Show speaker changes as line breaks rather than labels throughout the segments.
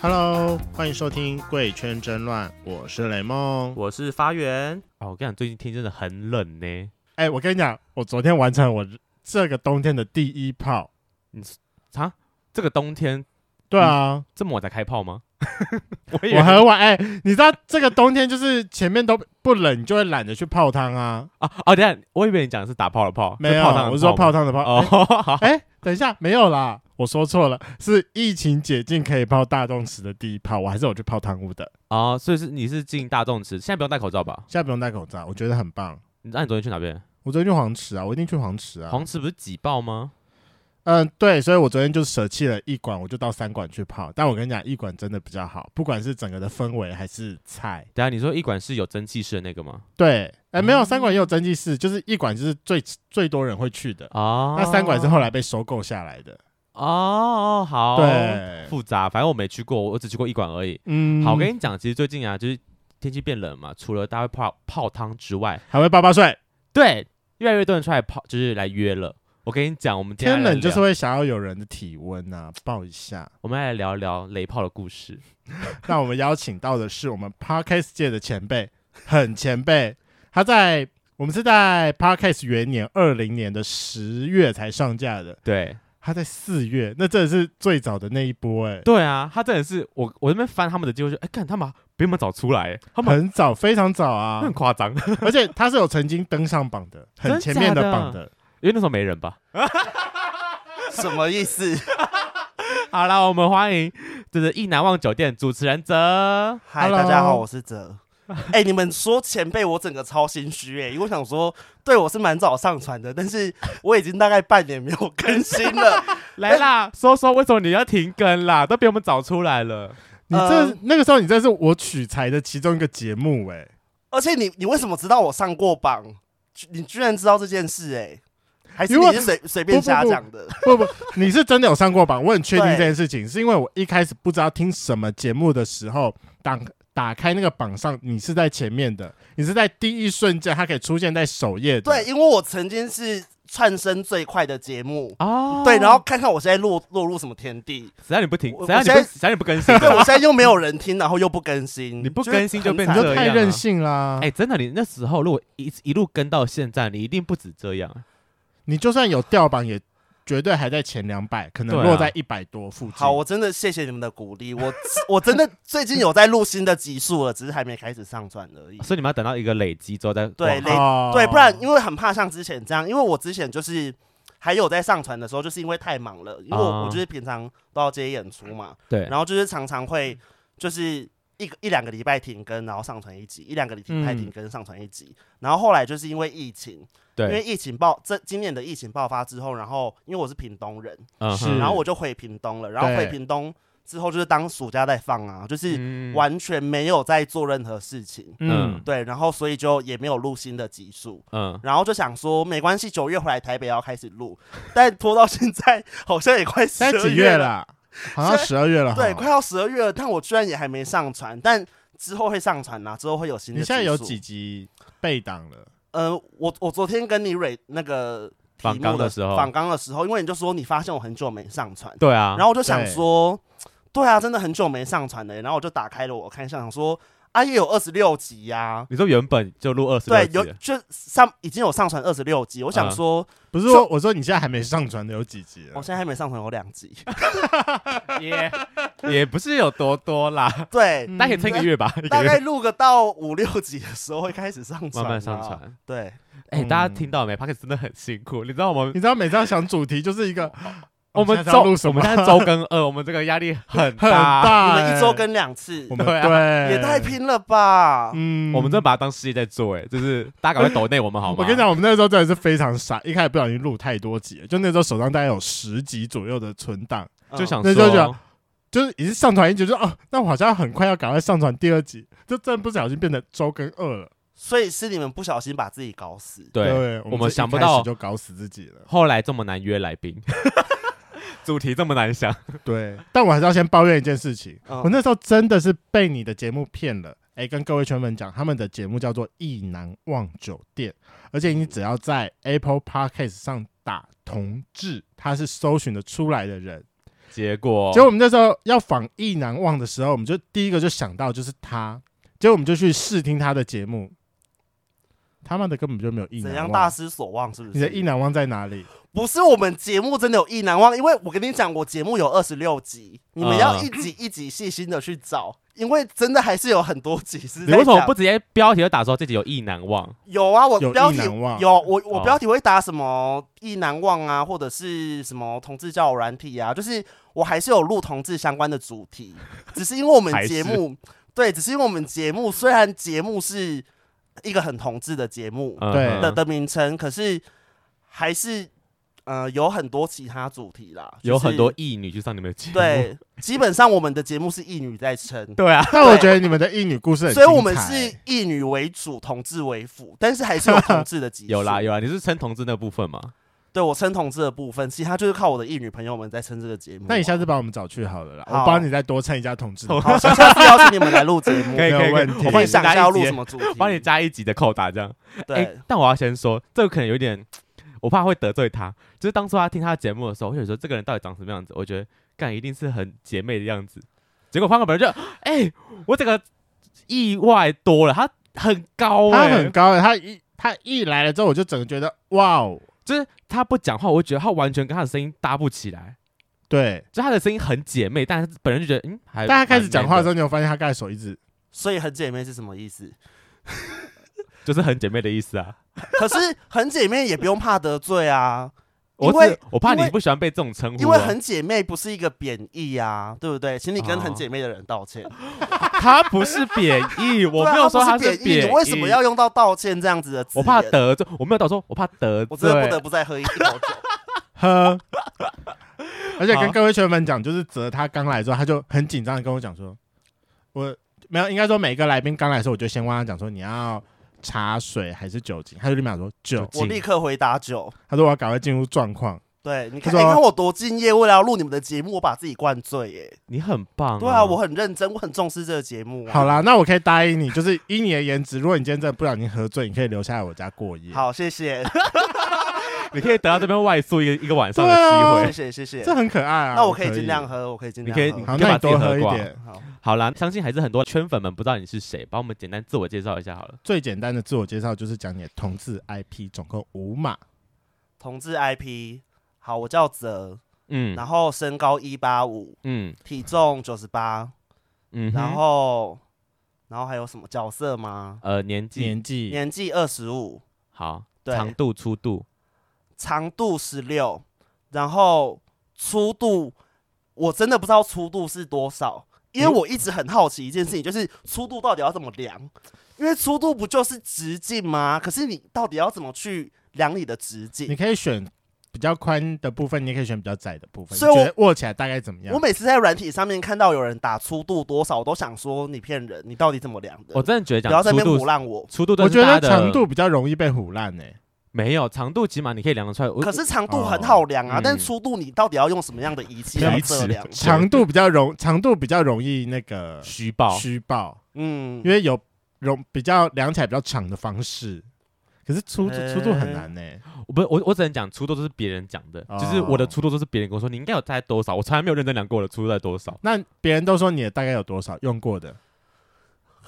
Hello，欢迎收听《贵圈争乱》，我是雷梦。
我是发源。啊，我跟你讲，最近天真的很冷呢。
哎、我跟你讲，我昨天完成我这个冬天的第一炮。
啊，这个冬天
对啊，
这么晚才开炮吗？我以为
我很晚。哎、你知道这个冬天就是前面都不冷，你就会懒得去泡汤啊。
啊啊，等一下，我以为你讲的是打炮的炮，
没有，啊
泡汤的
我哦是说泡
吗
汤的泡。
哦
哎、，哎等一下，没有啦，我说错了，是疫情解禁可以泡大众池的第一泡。我还是有去泡汤屋的，
啊，所以是你是进大众池，现在不用戴口罩吧？
现在不用戴口罩，我觉得很棒。
你那你昨天去哪边？
我昨天去黄池啊，我一定去黄池啊。
黄池不是挤爆吗？
嗯，对，所以我昨天就舍弃了一馆，我就到三馆去泡。但我跟你讲，一馆真的比较好，不管是整个的氛围还是菜。
等一下你说一馆是有蒸汽室的那个吗？
对，哎、没有
嗯
三馆也有蒸汽室，就是一馆就是最最多人会去的，
啊，
那三馆是后来被收购下来的。
哦，好，，
对，
复杂，反正我没去过，我只去过一馆而已。
嗯
好，我跟你讲，其实最近啊，就是天气变冷嘛，除了大家会泡泡汤之外，
还会八八睡，
对，越来越多人出来泡，就是来约了。我跟你讲，我们今
天
天来
冷就是
聊
会想要有人的体温啊，抱一下。
我们来聊聊雷炮的故事。
那我们邀请到的是我们 podcast 界的前辈，很前辈。他在我们是在 podcast 元年二零年的十月才上架的，
对，
他在四月，那真的是最早的那一波、欸，
对啊，他真的是我，我那边翻他们的记录，就哎，看他们比我们早出来，他们
很早，非常早
那
啊
很！夸张，
而且他是有曾经登上榜的，很前面的榜的。
因为那时候没人吧。
什么 意思？
好啦，我们欢迎就是意难忘酒店主持人泽。
嗨
Hello
大家好，我是 哲。哎、你们说前辈，我整个超心虚哎、因为我想说，对我是蛮早上传的，但是我已经大概半年没有更新了。
来
哎
啦，说说为什么你要停更啦？都比我们早出来了。
你
呃
这、那个时候，你这是我取材的其中一个节目、 欸，
而且你，你为什么知道我上过榜？居你居然知道这件事哎、还是
因为
你是随随便瞎讲的？
不不，你是真的有上过榜，我很确定
对
这件事情，是因为我一开始不知道听什么节目的时候，打打开那个榜上，你是在前面的，你是在第一瞬间，它可以出现在首页的。
对，，因为我曾经是窜升最快的节目，
哦
对，然后看看我现在落落入什么 田地。
只要你不停，
我
只要你
我现
不
在
只要你不更新，
对我现在又没有人听，然后又不更新，
你不
就是
更新就
很
变
惨
你就
这样
太
啊
任性啦！
哎、真的，你那时候如果一一路跟到现在，你一定不止这样。
你就算有掉榜，也绝对还在前两百，可能
对啊
落在一百多附近。
好，我真的谢谢你们的鼓励，我 我真的最近有在录新的集数了，只是还没开始上传而已。
所以你们要等到一个累积之后再
嗯对
往
累
哦
哎对，不然因为很怕像之前这样，因为我之前就是还有在上传的时候，就是因为太忙了，因为
啊
我我就是平常都要接演出嘛，
对，
然后就是常常会就是一个一两个礼拜停更，然后上传一集，一两个礼
嗯
拜停更上传一集，然后后来就是因为疫情，因
对，
为疫情爆这今年的疫情爆发之后，然后因为我是屏东人，
嗯
是
哼
然后我就回屏东了，然后回
对
屏东之后就是当暑假在放啊，就是
嗯
完全没有在做任何事情，
嗯
嗯，
对，然后所以就也没有录新的集数，
嗯，
然后就想说没关系，九月回来台北要开始录，但拖到现在好像也快十
现在
二
几月哦
了，
啦？好像十二月了。
对，。快要十二月了，但我居然也还没上传，但之后会上传啊啦、之后会有新
你
的。
现在有几？集备档了？
呃，我我昨天跟你蕊那个题
访
目
纲的时候
访纲的时候，因为你就说你发现我很久没上传，
对啊，
然后我就想
对
说，对啊，真的很久没上传了耶。然后我就打开了我看一下，想说啊，也有二十六集呀、
你说原本就录二十
对，
六
有
集，
就上已经有上传二十六集。我想
嗯
说，
不是说我说你现在还没上传的有几集了？
我现在还没上传有两集。
也 也不是有多多啦，
对，
嗯
大概也撑一个月吧，一
嗯 大
个
概
月
录个到五六集的时候会开始上传，
慢慢上。传。
对，
哎，
嗯
大家听到没 p a c k e 真的很辛苦，你知道我们
你知道每次要想主题就是一个，
哦
我们
现在
周
要录什
我
么
们？现在周更二，我们这个压力很
很
大，
大
你
欸，
们一周跟两次
我，们
对啊
对
也太，拼了吧？
嗯
我们真的把它当事业在做，哎，就是大家赶快抖内我们好吗？
我跟你，讲，我们那时候真的是非常傻，一开始不小心录太多集了，就那时候手上大概有十集左右的存档，
嗯
就想
那就
说
讲。就是已经上传一集，就说哦，那我好像很快要赶快上传第二集，就真的不小心变成周更二了。
所以是你们不小心把自己搞死。
对，
对，
我们
们是一
想不
开始
到
就搞死自己了。
后来这么难约来宾，主题这么难想，
对， 但我还是要先抱怨一件事情，
嗯
我那时候真的是被你的节目骗了。哎、跟各位圈粉讲，他们的节目叫做《意难忘酒店》，而且你只要在 Apple Podcast 上打“同志”，他是搜寻的出来的人。
结果
结果我们那时候要访意难忘的时候，我们就第一个就想到就是他，结果我们就去试听他的节目，他妈的根本就没有意
怎
难
样大
忘。
失所望？是不
你的意
是？
难忘在哪 里？
不是我们节目真的有意难忘，因为我跟你讲，我节目有二十六集，你们要
嗯
一集一集细心的去找，因为真的还是有很多集是
你
在
为什么
讲
不直接标题就打说自己有意难忘？
有啊，我
有
标
意
题
难忘
有我我
哦
标题会打什么意难忘啊，或者是什么同志交友软体啊，就是我还是有录同志相关的主题，只是因为我 们
还
节
是
目对，只是因为我们节目虽然节目是一个很同志的节目
嗯
对
哼
的的名称，可是还是呃有很多其他主题啦，就
有很
是
多异女去上你们的节目，
对，基本上我们的节目是一女在撑，
对啊，
但我觉得你们的异女故事很精
所
彩，欸
以我们是一女为主，同志为辅，但是还是有同志的集 数
有啦有啦，你是称同志那部分嘛？
对我撑同志的部分，其他就是靠我的异女朋友们在撑这个节目啊。
那你下次把我们找去好了啦，
好
我帮你再多蹭一下同志的。
好，啊下次邀请你们来录节 目，
可
没
以
有
可以可
问
以
题，
我
我
帮
帮
你
你
加
想
一
一下要录
集
什么主题，
帮你加一集的扣打这样。哎、
对，
但我要先说，这个可能有点，我怕会得罪他。就是当初他听他的节目的时候，我想说这个人到底长什么样子？我觉得干一定是很姐妹的样子。结果方哥本人就， 哎、我整个意外多了，他很高、
他
哎，
很高的，他一他一来了之后，我就整个觉得哇哦，
就是他不讲话，我会觉得他完全跟他的声音搭不起来。
对。
就他的声音很姐妹，但是本人就觉得，嗯，还
但他开始讲话的时
候，
候，你有发现他刚才手一直
所以很姐妹是什么意思？
就是很姐妹的意思啊。
可是很姐妹也不用怕得罪啊，因
我
为
只我怕
因为
你不喜欢被这种称呼啊、
因为很姐妹不是一个贬义啊，对不对？请你跟很
哦
姐妹的人道歉。
他不是贬义，我
对啊
没有说
她
他
不是
贬
义，你为什么要用到道歉这样子的字
我
眼？
怕得罪，我没有到说，我怕得罪。
我真的不得不 再喝一口酒。
喝，而且跟
好
各位圈粉讲，就是泽他刚来的时候，他就很紧张的跟我讲说，我没有，应该说每个来宾刚来的时候，我就先问他讲说你要茶水还是酒精，他就立马说酒，
我立刻回答酒。
他说我要赶快进入状况，
对，你
他
看，哎
说
你看我多敬业，为了要录你们的节目，我把自己灌醉耶。
你很棒、
对啊，我很认真，我很重视这个节目、啊。
好，啦，那我可以答应你，就是依你的颜值，如果你今天真的不小心喝醉，你可以留下来我家过夜，
好，谢谢，
你可以得到这边外宿一 个一个晚上的
对啊
机
谢
会。
谢，谢谢
这。很可爱啊，
那
我
我可以尽量。喝，我可以尽量喝。
你可以
好，
你可以
那你
把自己
多
喝
喝一
挂
点。
好，
好啦，相信还是很多圈粉们不知道你是谁，帮我们简单自我介绍一下好了。
最简单的自我介绍就是讲你的同志 IP，总共五码。
嗯同志 IP，好，我叫泽，
嗯
然后身高一八五，
嗯
体重九十八，
嗯哼，
然后，然后还有什么角色吗？
呃年纪
年纪
年纪二十五，
好，
对
长度粗度，
长度十六，然后粗度，我真的不知道粗度是多少，因为
嗯
我一直很好奇一件事情，就是粗度到底要怎么量？因为粗度不就是直径吗？可是你到底要怎么去量你的直
你
径？
可以选比较宽的部分，你也可以选比较窄的部分。
所以
你
我
觉得握起来大概怎么样
我？每次在软体上面看到有人打粗度多少，我都想说你骗人，你到底怎么量的？
我真的觉得
不要
讲
在
粗
那边胡
度，
烂我。
粗度都
我
是
觉
大
得
家的
长度比较容易被唬烂欸呢、
没有长度，起码你可以量得出来。我
可是长度
哦
很好量啊，
嗯
但粗度你到底要用什么样的仪器
没有
来
仪器
测量？
长度比较容，长度比较容易那个
虚报，
虚报，
嗯
因，为有容比较量起来比较长的方式。可是粗度
哎
粗度很难欸呢、
我不我我只能讲粗度都是别人讲的，
哦
就是我的粗度都是别人跟我说你应该有大概多少，我从来没有认真量过我的粗度在多少。
那别人都说你的大概有多少用过的，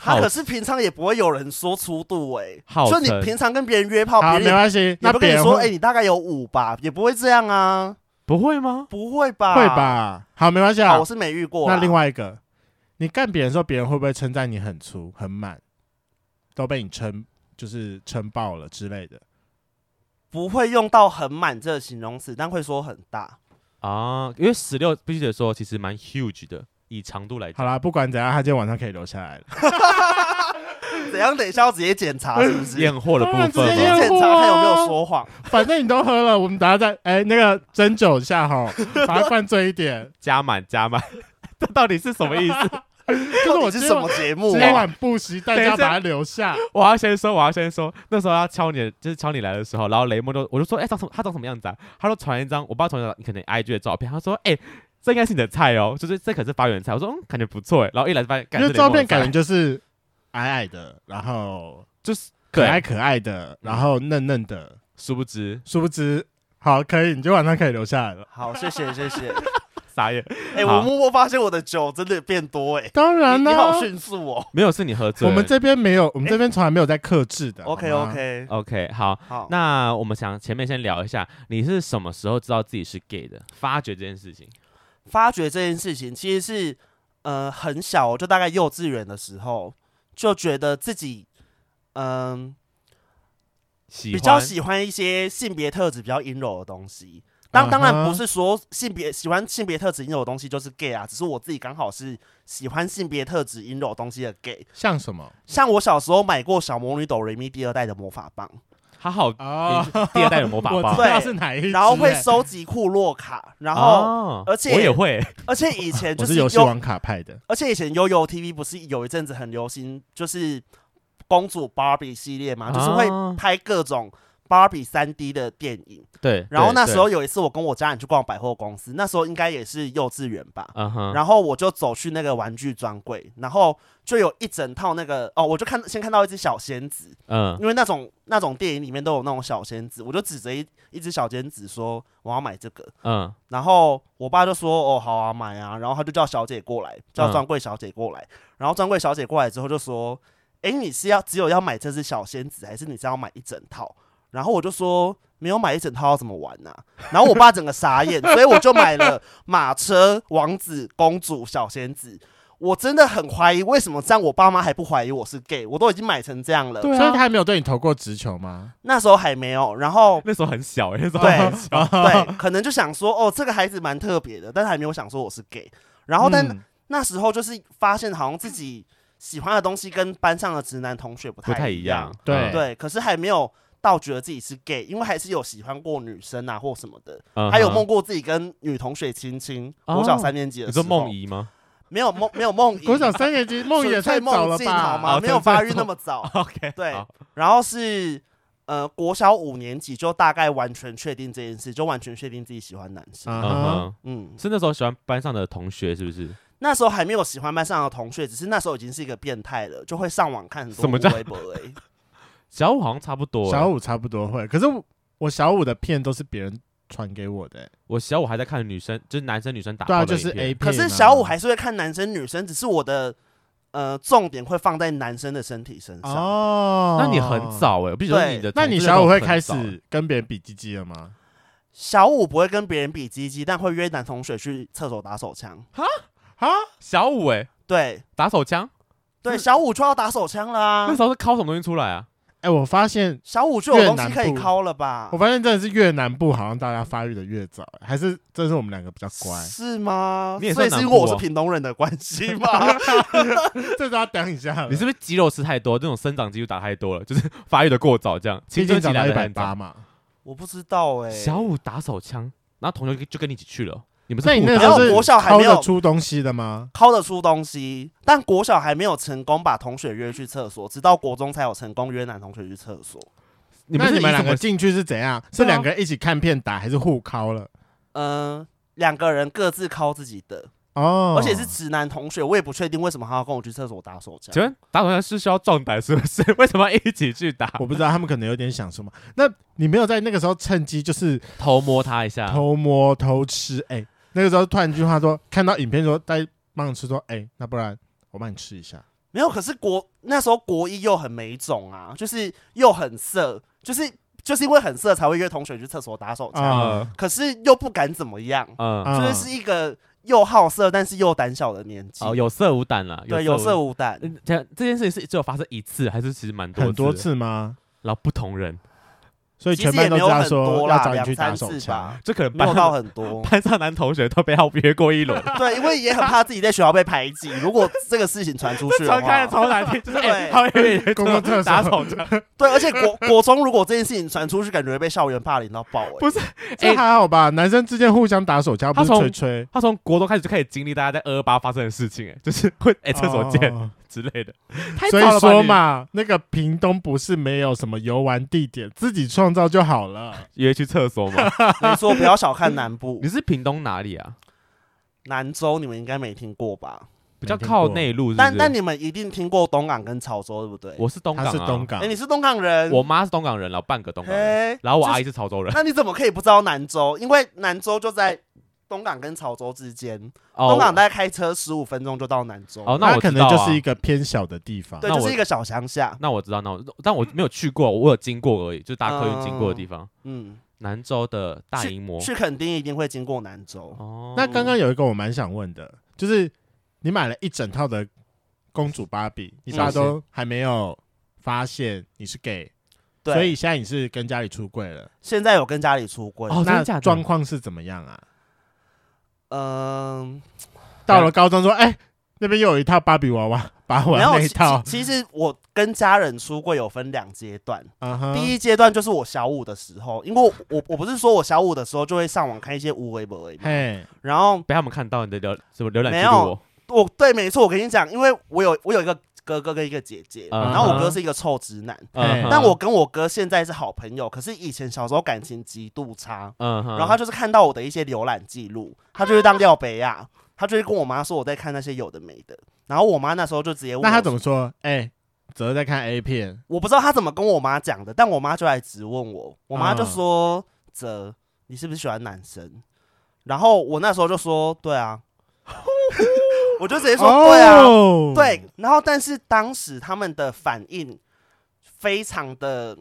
他
号
啊可是平常也不会有人说粗度哎、
号
就你
称
平常跟别人约炮，
好，
哦别
没
人
关系。
也
那
不
别
跟你
人
说，哎、
会
你大概有五吧，也不会这样啊，
不会吗？
不会吧？
会？吧？好，没关系啊
好，我。是没遇过啦。
那另外一个，你干别人的时候，别人会不会称赞你很粗很满，都被你撑就是撑爆了之类的？
不会用到很满这个形容词，但会说很大。
啊，因为十六必须得说，其实蛮 huge 的，以长度来讲。
好啦，不管怎样，他今天晚上可以留下 来了。
怎样？等一下要直接检查是不是？直
哎
验货的部
当
分哦
然直
接
接
吗？
验
检
货
查
啊
看有没有说谎。
反正你都喝了，我们等下再哎、那个斟酒一下哈，把它灌醉一点。
加满加满， 这到底是什么 意思？
哎就是我
到底
今天
是什
晚
么节目
今天
啊？
晚不惜代价把它留下。
我要先说，我要先说，那时候要敲你的，就是敲你来的时候，然后雷蒙就我就说，哎、长什么？他长什么样子啊？他说传一张，我爸传一你可能 IG 的照片，他说，哎、这应该是你的菜哦，就是这可是发源菜。我说，嗯，感觉不错哎。然后一来就发现，
因
感觉
为照片感觉就是矮矮的，然后
就是
嗯可
对
爱可爱的，然后嫩嫩的，
殊不知
殊不知。好，可以，你今天晚上可以留下来了。
好，谢谢谢谢。
傻眼，
哎、我默默发现我的酒真的变多哎、
当然
你
啦、
你好迅速哦。
没有是你喝醉。
我们这边没有，我们这边从来没有在克制的。
OK
好吗
OK，
OK 好，
好，
那我们想前面先聊一下，你是什么时候知道自己是 gay 的？发觉这件事情，
发觉这件事情其实是呃很小哦，就大概幼稚园的时候就觉得自己嗯、
喜
比较
欢
喜欢一些性别特质比较阴柔的东西。当
嗯
当然
哼
不是说性别喜欢性别特质阴柔的东西就是 gay 啊，只是我自己刚好是喜欢性别特质阴柔的东西的 gay。
像什么？
像我小时候买过小魔女斗瑞咪第二代的魔法棒，
他好
哦，
第二代的魔 法
我
棒
知道
对
是哪一只欸，
然后会收集库洛卡，然
啊
后、
哦
而且
我也会，
而且以前
我
就是
游戏
悠
王卡派的。
而且以前悠悠 TV 不是有一阵子很流行，就是公主芭比系列嘛，就是
啊
会拍各种芭比三 D 的电影。
对。
然后
对
那时候，有一次我跟我家人去逛百货公司，那时候应该也是幼稚园吧。
对嗯哼，
然后我就走去那个玩具专柜，然后就有一整套那个哦，我就看先看到一只小仙子，
嗯，
因为那种那种电影里面都有那种小仙子，我就指着一一只小仙子说我要买这个，
嗯，
然后我爸就说：“哦，好啊，买啊。”然后他就叫小姐过来，叫
嗯
专柜小姐过来。然后专柜小姐过来之后就说：“诶，你是要只有要买这只小仙子，还是你是要买一整套？”然后我就说：“没有买一整套要怎么玩呢、啊然后我爸整个傻眼， 所以我就买了马车、王子、公主、小仙子。我真的很怀疑，为什么这样我爸妈还不怀疑我是 gay？我都已经买成这样了，
所以他还没有对你投过直球吗？
那时候还没有。然后
那时候很小欸，那 时候
对
很小，
对，可能就想说，哦，这个孩子蛮特别的，但是还没有想说我是 gay。然后，但
嗯
那时候就是发现，好像自己喜欢的东西跟班上的直男同学不
不太
太
一
样
样。。
对
嗯，
对，可是还没有到觉得自己是 gay，因为还是有喜欢过女生啊或什么的，
嗯
还有
哼
梦，过自己跟女同学亲亲。
哦
国小三年级的
你
时
说
候，
梦遗 吗
没有梦没有梦遗，
国小三年级梦
纯
也
粹
太早了
梦境好
吧？
哦
吗？没有
纯粹
发育那
梦
么早。
？OK，
对
好
然后是呃国小五年级就大概完全确定这件事，就完全确定自己喜欢男生。
啊
嗯
哈，
哼，
嗯，
是那时候喜欢班上的同学，是不是？
那时候还没有喜欢班上的同学，只是那时候已经是一个变态了，就会上网看很
什
多
么叫
微博 而已。
小五好像差不多欸，
小五差不多会，可是我我小五的片都是别人传给我的欸，
我小五还在看女生，就是男生女生打
对啊，
炮
就
的影
是
片
A 片啊。
可是小五还是会看男生女生，只是我的呃重点会放在男生的身体身上。
哦，
那你很，早哎、我必须说
对
你的同志
那
运动很
你小
早欸。
五会开始跟别人比鸡鸡了吗？
小五不会跟别人比鸡鸡，但会约男同学去厕所打手枪。
啊，
小五哎、
对
打手枪，
对，小五就要打手枪
啊
啦
那。时候是靠什么东西出来啊？
哎，我发现，
小五就有东
越南
西可以
部
敲了
哦
吧
我？发现真的是越南部好像大家发育的越早，还是真是我们两个比较乖，
是吗？
你也
所以
算
是
南
因
部
为我是
哦
屏东人的关 系吗？
这都要等一下了。
你是不是肌肉吃太多，这种生长激素打太多了， 就是发育的过早，这样
毕
青
竟
春期
长到
来
一
的
百
很
八
早。
嘛？
我不知道哎、
小五打手枪，然后同学就就跟你一起去了，你们是
那你
互
那
打
时候是
然后国小还没有
掏得出东西的吗？
抠得出东西，但国小还没有成功把同学约去厕所，直到国中才有成功约男同学去厕所。
你
那
们是啊
你们
以什
两
么
个进去是怎样？是两个人一起看片打，还是互敲了？
嗯、两个人各自抠自己的，
嗯
哦，
而且是直男同学，我也不确定为什么他要跟我去厕所打手枪。
请问打手枪是需要壮胆是不是？ 为什么要一起去打？
我不知道，他们可能有点想什么。那你没有在那个时候趁机就是
偷摸他一下，
偷摸偷吃？哎、那个时候突然一句话说，看到影片说在帮你吃，说哎、那不然我帮你吃一下。
没有，可是国那时候国一又很没种啊，就是又很色，就是就是因为很色才会约同学去厕所打手枪，
啊
可是又不敢怎么样，
嗯，
啊
就是是一个又好色但是又胆小的年纪。
哦，有色无胆了，
对，有
色
色
无。
无胆。
嗯这这件事情是只有发生一次，还是其实蛮多
很多
的，
次吗？
然后不同人，
所以
其
全
实
班
也
都
没
知
有
道
很
说
多
要
啦，
找你去
两
打
三
手
次
枪
吧，，
这可能
没
班
有
上
到很多。
班上男同学都被他约过一轮，
对，因为也很怕自己在学校被排挤。如 果这个事情传出去的
传开
话
了，超难 听，就是哎，
对
他会约你
啊公共厕所
打手枪，
对，而且国 国中如果这件事情传出去，感觉会被校园霸凌到爆、欸。
不是
这还好吧？男生之间互相打手枪，不
哎他
是
从
吹吹。
他从国中开始就开始经历大家在二二八发生的事情，哎， 就是会哎厕所见
哦
之类的，太
所
早
以
了吧
说，嘛，那个屏东不是没有什么游玩地点，自己创造就好了。
你约去厕所嘛？
没错，不要小看南部
你，是屏东哪里啊？
南州你们应该没听过吧？
比较
没听
靠
过，
内陆，是不
但
是
但你们一定听过东港跟潮州，对不对？
我是东港
他
啊，
是东港
哎、，你是东港人，
我妈是东港人，然后半个东港人，
哎、
然后我阿
就
姨是潮州人，
那你怎么可以不知道南州？因为南州就在东港跟潮州之间，
哦
东港大概开车十五分钟就到南州，
哦，那
那
我
可
知
能
道
就
啊
是一个偏小的地方。
对，
那
就
我
是一个小乡下。
那我知道，那我但我没有去过，我有经过而已，就是搭客
哦
运经过的地方，
嗯，
南州的大营模。
去垦丁一定会经过南州。
哦，
那刚刚有一个我蛮想问的，就是你买了一整套的公主芭
嗯
比，你大家都还没有发现你是 gay，
对，
所以现在你是跟家里出柜了。
现在有跟家里出柜。
哦真的
那
假的
状况是怎么样啊？
嗯，
到了高中说，哎、那边又有一套芭比娃娃，把我
然后
那一套，
其实我跟家人出柜有分两阶段，
嗯哼，
第一阶段就是我小五的时候，因为我我我不是说我小五的时候就会上网看一些无为不为，
嘿，
然后
被他们看到你的浏什么浏览
没
记
有
录哦，
我对，没错，我跟你讲，因为我有我有一个哥哥跟一个姐姐，
嗯
然后我
哼
哥是一个臭直男，
嘿
嗯哼，
但我跟我哥现在是好朋友，可是以前小时候感情极度差，
嗯哼，
然后他就是看到我的一些浏览记录，他就会当廖北 亚，他就会跟我妈说我在看那些有的没的，然后我妈那时候就直接问
那他怎
么，
么说？哎、泽在看 A 片，
我不知道他怎么跟我妈讲的，但我妈就来质问我，我妈就
嗯
说：“泽，你是不是喜欢男生？”然后我那时候就说：“对啊。” 我就直接说：“对啊。”
哦
对，，然后但是当时他们的反应非常的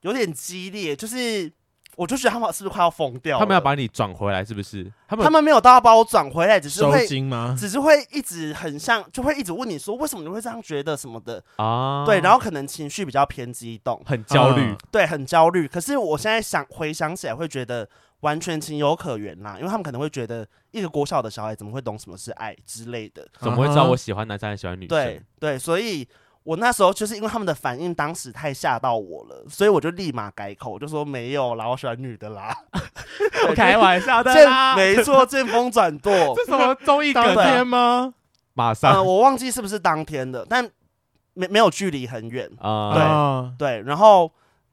有点激烈，就是我就觉得他们是不是快要疯掉了？
他们要把你转回来，是不是？他们
他们没有到要把我转回来，只是
收
会
金吗？
只是会一直很像，就会一直问你说为什么你会这样觉得什么的，
啊，
对，然
后
后可能情绪比较偏激动，
很焦虑
嗯，
对，很焦虑。可是我现在想回想起来，会觉得完全情有可原啦，因为他们可能会觉得一个国小的小孩怎么会懂什么是爱之类的，
怎么会知道
嗯哼
我喜欢男生还是喜欢女
对
生？
对，所以我那时候就是因为他们的反应当时太吓到我了，所以我就立马改口，我就说没有啦，我喜欢女的啦。
我开玩笑的
见
啊啦，
没错，见风转舵
这。什么综艺梗
当
对
啊？
天吗？
马
呃，
上
我忘记是不是当天的，但没没有距离很远。对
啊，
哦
对，然后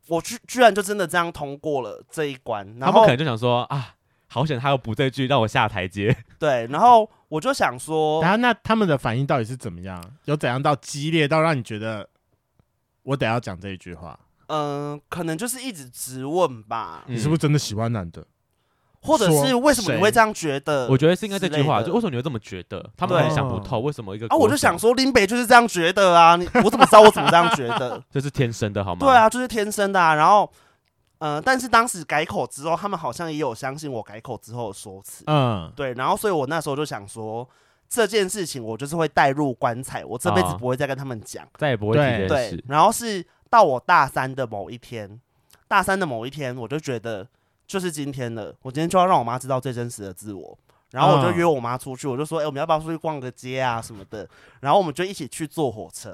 我居居然就真的这样通过了这一关，
他
然
们
后
可能就想说啊，好险他有补这句让我下台阶，
对，然后我就想说
然，后那他们的反应到底是怎么样？有怎样到激烈到让你觉得我得要讲这一句话？
嗯、可能就是一直质问吧，
嗯
你是不是真的喜欢男的？
或者是
说
为什么
谁
你会这样觉得？
我觉得是应该这
呃之
句
类
话，
的
就为什么你会这么觉得？他们
对
可能想不透为什么一个
啊，我
国
就
小
想说林北就是这样觉得啊，你我怎么知道我怎么这样觉 得？
这是天生的好吗？
对，啊，就是天生的啊。然后，呃，但是当时改口之后，他们好像也有相信我改口之后的说辞。
嗯，
对，然后所以我那时候就想说，这件事情我就是会带入棺材，我这辈子
啊
不会再跟他们讲。
再也不会提这件
对
事，。
然后是到我大三的某一天，大三的某一天，我就觉得就是今天了，我今天就要让我妈知道最真实的自我。然后我就
嗯
约我妈出去，我就说，哎、我们要不要出去逛个街啊什么的？然后我们就一起去坐火车。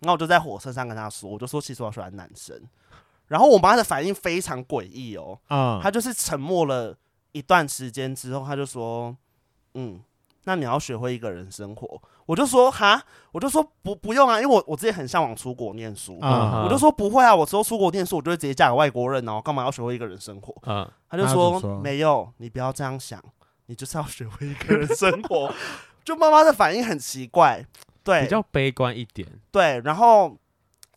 然后我就在火车上跟她说，我就说其实我喜欢男生。然后我妈的反应非常诡异哦，
啊，
她就是沉默了一段时间之后，她就说：“嗯，那你要学会一个人生活。”我就说：“哈，我就说不不用啊，因为我我自己很向往出国念书，
嗯
我就说不会啊，我之后出国念书，我就会直接嫁给外国人哦，干嘛要学会一个人生活？”
嗯，
她就
她
说：“
怎么说
没有，你不要这样想，你就是要学会一个人生活。” 就妈妈的反应很奇怪，对
比较悲观一点，
对，然后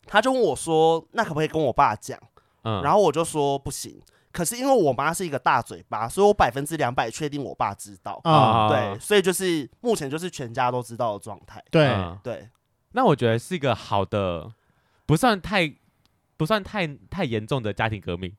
她就问我说：“那可不可以跟我爸讲？”
嗯，
然后我就说不行。可是因为我妈是一个大嘴巴，所以我百分之两百确定我爸知
嗯
道。
啊，
嗯对，所以就是目前就是全家都知道的状态。
对，
嗯
对，
那我觉得是一个好的，不算太不算太太严重的家庭革命，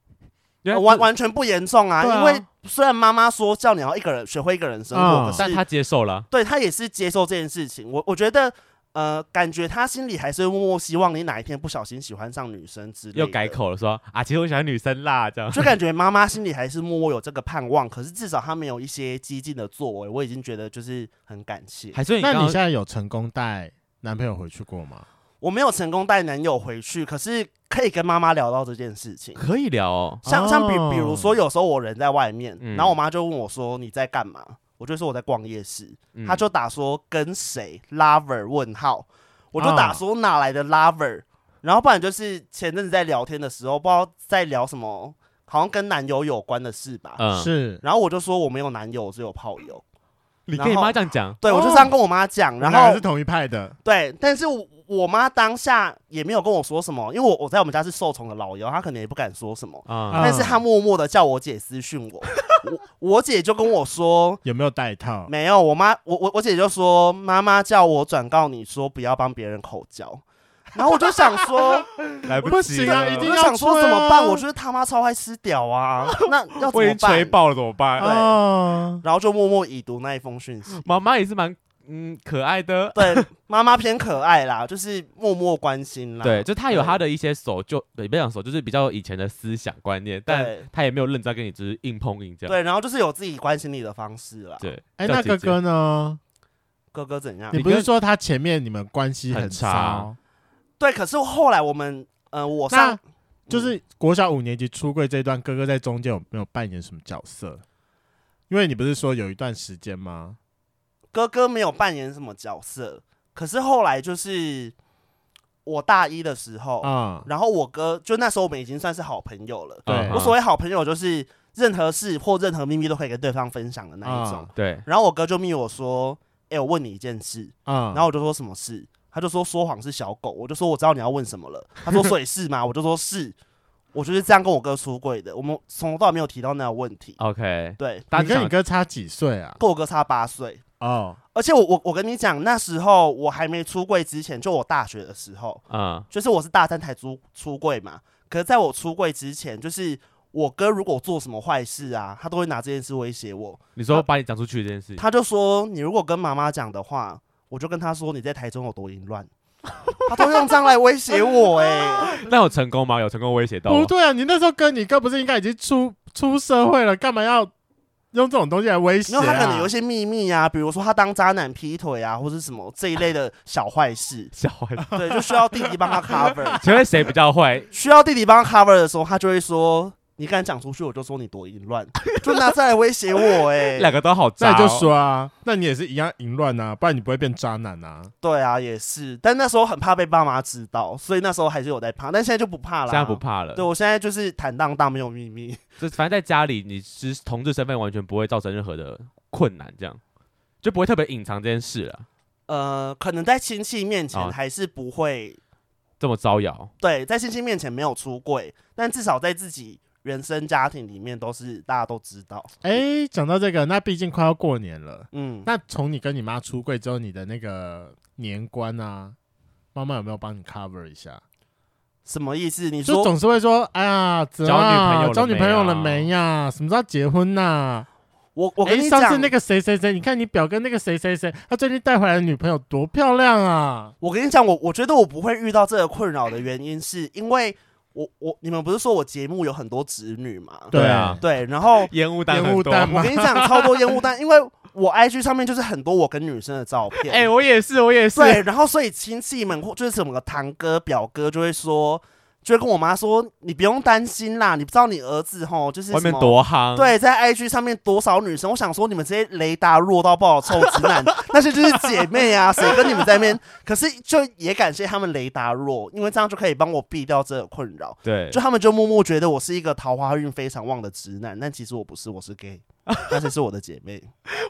因为
呃完
这，
完全不严重啊，
对啊
因为虽然妈妈说叫你要一个人学会一个人生活，
嗯
可
但
是
他接受了，
对她也是接受这件事情。我我觉得。呃，感觉她心里还是默默希望你哪一天不小心喜欢上女生之类的，
又改，口了说啊，其实我喜欢女生啦，这样，
就感觉妈妈心里还是默默有这个盼望，可是至少她没有一些激进的作为，我已经觉得就是很感谢。
还是你
那
刚
你
刚
现在有成功带男朋友回去过吗？
我没有成功带男友回去，可是可以跟妈妈聊到这件事情。
可以聊哦，
像像比
哦
比如说，有时候我人在外面，
嗯
然后我妈就问我说你在干嘛，我就说我在逛夜市，
嗯
她就打说跟谁 lover 问号，我就打
啊
说哪来的 lover，、然后不然就是前阵子在聊天的时候，不知道在聊什么，好像跟男友有关的事吧。
嗯，
啊是，
然后我就说我没有男友，我只有炮友。
你
然
跟你妈
后
这样 讲，
对，我就这样跟我妈讲，
我
然
们两个
后
是同一派的，
对，但是我我妈当下也没有跟我说什么，因为我我在我们家是受宠的老幺，她可能也不敢说什么，
啊，
啊
但是她默默的叫我姐私讯我，我姐就跟我说，
有没有带套？
没有，我妈，我我我姐就说，妈妈叫我转告你说不要帮别人口交，然后我就想说，
来
不
及
行啊
了，
一
我
定
就
要
想说
吹啊
怎么办？我就是他妈超爱吃 屌啊，那 要怎
我已
么
经吹
办？
爆了，怎么办？啊
哦，
然后就默默已读那一封讯息。
妈妈也是蛮嗯可爱的，
对，妈妈偏可爱啦，就是默默关心啦。
对，就她有她的一些守旧，也不讲守旧，就是比较以前的思想观念，但
对
她也没有认真跟你就是硬碰硬这样。
对，然啊后就是有自己关心你的方式啦。
对，
哎，
叫
那
姐
哥
姐
哥呢？
哥哥怎样
你？
你
不是
跟
说他前面你们关系
很
很
差哦
嗯
糟？
对，可是后来我们，呃，我
那嗯
上
就是国小五年级出柜这一段，哥哥在中间有没有扮演什么角色？因为你不是说有一段时间吗？
哥哥没有扮演什么角色，可是后来就是我大一的时候，
啊、
然后我哥就那时候我们已经算是好朋友了。
对
嗯
我所谓好朋友，就是任何事或任何秘密都可以跟对方分享的那一种。
啊
对
然后我哥就密我说：“哎、我问你一件事。”
啊、
然后我就说什么事，他就说说谎是小狗，我就说我知道你要问什么了。他说所以是吗？我就说是，我就是这样跟我哥出柜的。我们从头到尾没有提到那个问
哦
题。
，OK，
对，
大
你
家
跟
想
你哥差几岁啊？
跟我哥差八岁，
哦，
而且我我我跟你讲，那时候我还没出柜之前，就我大学的时候，
嗯
就是我是大三才出出柜嘛。可是在我出柜之前，就是我哥如果做什么坏事啊，他都会拿这件事威胁我。
你说把你讲出去这件事，
他就说你如果跟妈妈讲的话，我就跟他说你在台中有多淫乱。 他都用这样来威胁我哎、
那有成功吗？有成功威胁到吗，
不？对啊，你那时候跟你哥不是应该已经出出社会了，干嘛要用这种东西来威胁、
因
啊？
为他可能有一些秘密啊，比如说他当渣男劈腿啊，或是什么这一类的小坏 事
小孩，
对，就需要弟弟帮他 cover。
请问谁比较坏？
需要弟弟帮他 cover 的时候，他就会说：“你敢讲出去，我就说你多 淫乱。”就拿这来威胁我哎、
两个都好渣
那
哦，
你就说啊，那你也是一样淫乱啊，不然你不会变渣男啊。
对啊，也是，但那时候很怕被爸妈知道，所以那时候还是有在怕，但现在就不怕了。
现在不。怕了
对，。我现在就是坦荡荡，没有秘密。
就反正在家里，你是同志身份完全不会造成任何的困难，这样就不会特别隐藏这件事了，
呃，可能在亲戚面
哦
前还是不会，
这么招摇。
对，在亲戚面前没有出柜，但至少在自己原生家庭里面都是大家都知道。
哎，讲到这个，那毕竟快要过年了，
嗯，
那从你跟你妈出柜之后，你的那个年关啊，妈妈有没有帮你 cover 一下？
什么意思？你
就
说
总是会说，哎呀，怎样啊
交
交
女
女
朋
朋友
友了
了
没
没呀、什么时候结婚呐、
我我跟
哎
你
上次
讲，
那个谁谁谁，你看你表哥那个谁谁谁，他最近带回来的女朋友多漂亮啊！
我跟你讲，我我觉得我不会遇到这个困扰的原因，是因为我我你们不是说我节目有很多直女嘛？
对啊
对，然后
烟雾弹
烟
很
雾
多。
弹
我
吗？
跟你讲超多烟雾弹，因为我 IG 上面就是很多我跟女生 的照片。
哎、我也是，我也是。
对，然后所以亲戚们或就是什么堂哥、表哥就会说，就会跟我妈说，你不用担心啦，你不知道你儿子吼就是
外面
什么。
多夯。，
对，在 IG 上面多少女生？我想说，你们这些雷达弱到爆的臭直男，那些就是姐妹啊，谁跟你们在面？可是就也感谢他们雷达弱，因为这样就可以帮我避掉这个困扰。
对，
就他们就默默觉得我是一个桃花运非常旺的直男，但其实我不是，我是 gay，而且是我的姐妹。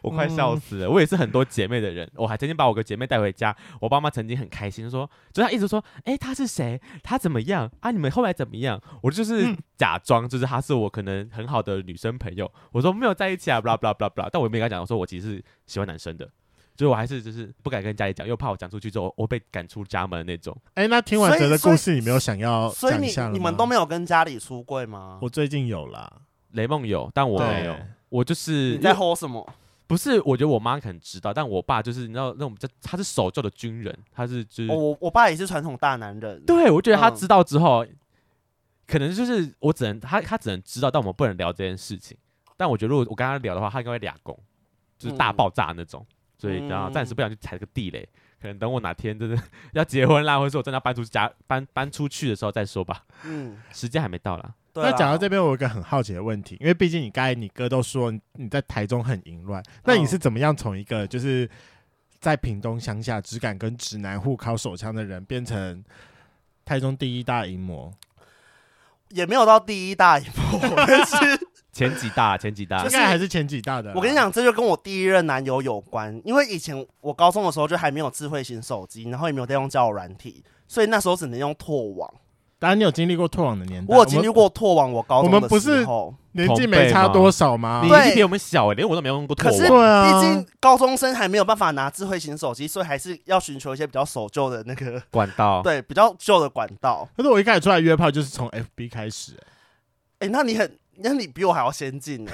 我快
嗯
笑死了。我也是很多姐妹的人，我还曾经把我个姐妹带回家，我爸妈曾经很开心，就说，就她一直说，哎、她是谁？她怎么样啊？你们后来怎么样？我
嗯
就是假装，就是她是我可能很好的女生朋友。我说没有在一起啊，blah blah blah blah。但我也没跟她讲，我说我其实是喜欢男生的。所以我还是就是不敢跟家里讲，又怕我讲出去之后我被赶出家门那种。
哎、那听完
所以
哲的
所以
故事，你没有想要
所以
哦讲一
你
下了吗
你们都没有跟家里出柜吗？
我最近有啦，
雷梦有，但我没有
对。
我就是
你
因为
在吼什么？
不是，我觉得我妈可能知道，但我爸就是你知道那种比较，他是守旧的军人，他是就是，
哦我我爸也是传统大男人，
对我觉得他
嗯
知道之后，可能就是我只能他他只能知道，但我们不能聊这件事情。但我觉得如果我跟他聊的话，他应该会俩攻，就是大
嗯
爆炸那种。所以然后暂时
嗯
不想去踩个地雷，可能等我哪天真的要结婚啦，或者是我真的要搬出家搬搬出去的时候再说吧，
嗯，
时间还没到啦。
对啊
那
啦
讲到这边，我有一个很好奇的问题，因为毕竟你刚才你哥都说你你在台中很淫乱，
嗯
那你是怎么样从一个就是在屏东乡下只敢跟直男互靠手枪的人，变成台中第一大淫魔？
也没有到第一大一 步，但是
前几大前几大
就
应
是
该还是前几大的。
啊我跟你，讲，这就跟我第一任男友有关，因为以前我高中的时候就还没有智慧型手机，然后也没有在用交友软体，所以那时候只能用拓网。
然后你有经历过拓网的年代，
我有经历过拓网，我高中
我
的
们不是
时候
年纪
同辈
没差
吗
多少吗
你？一
对
定比我们小、欸，连我都没用过
可
拓
是
网。
对啊
毕竟高中生还没有办法拿智慧型手机，所以还是要寻求一些比较守旧的那个，
管道。
对，比较旧的管道。
可是我一开始出来约炮就是从 FB 开始、欸
哎、那你很，那你比我还要先进呢、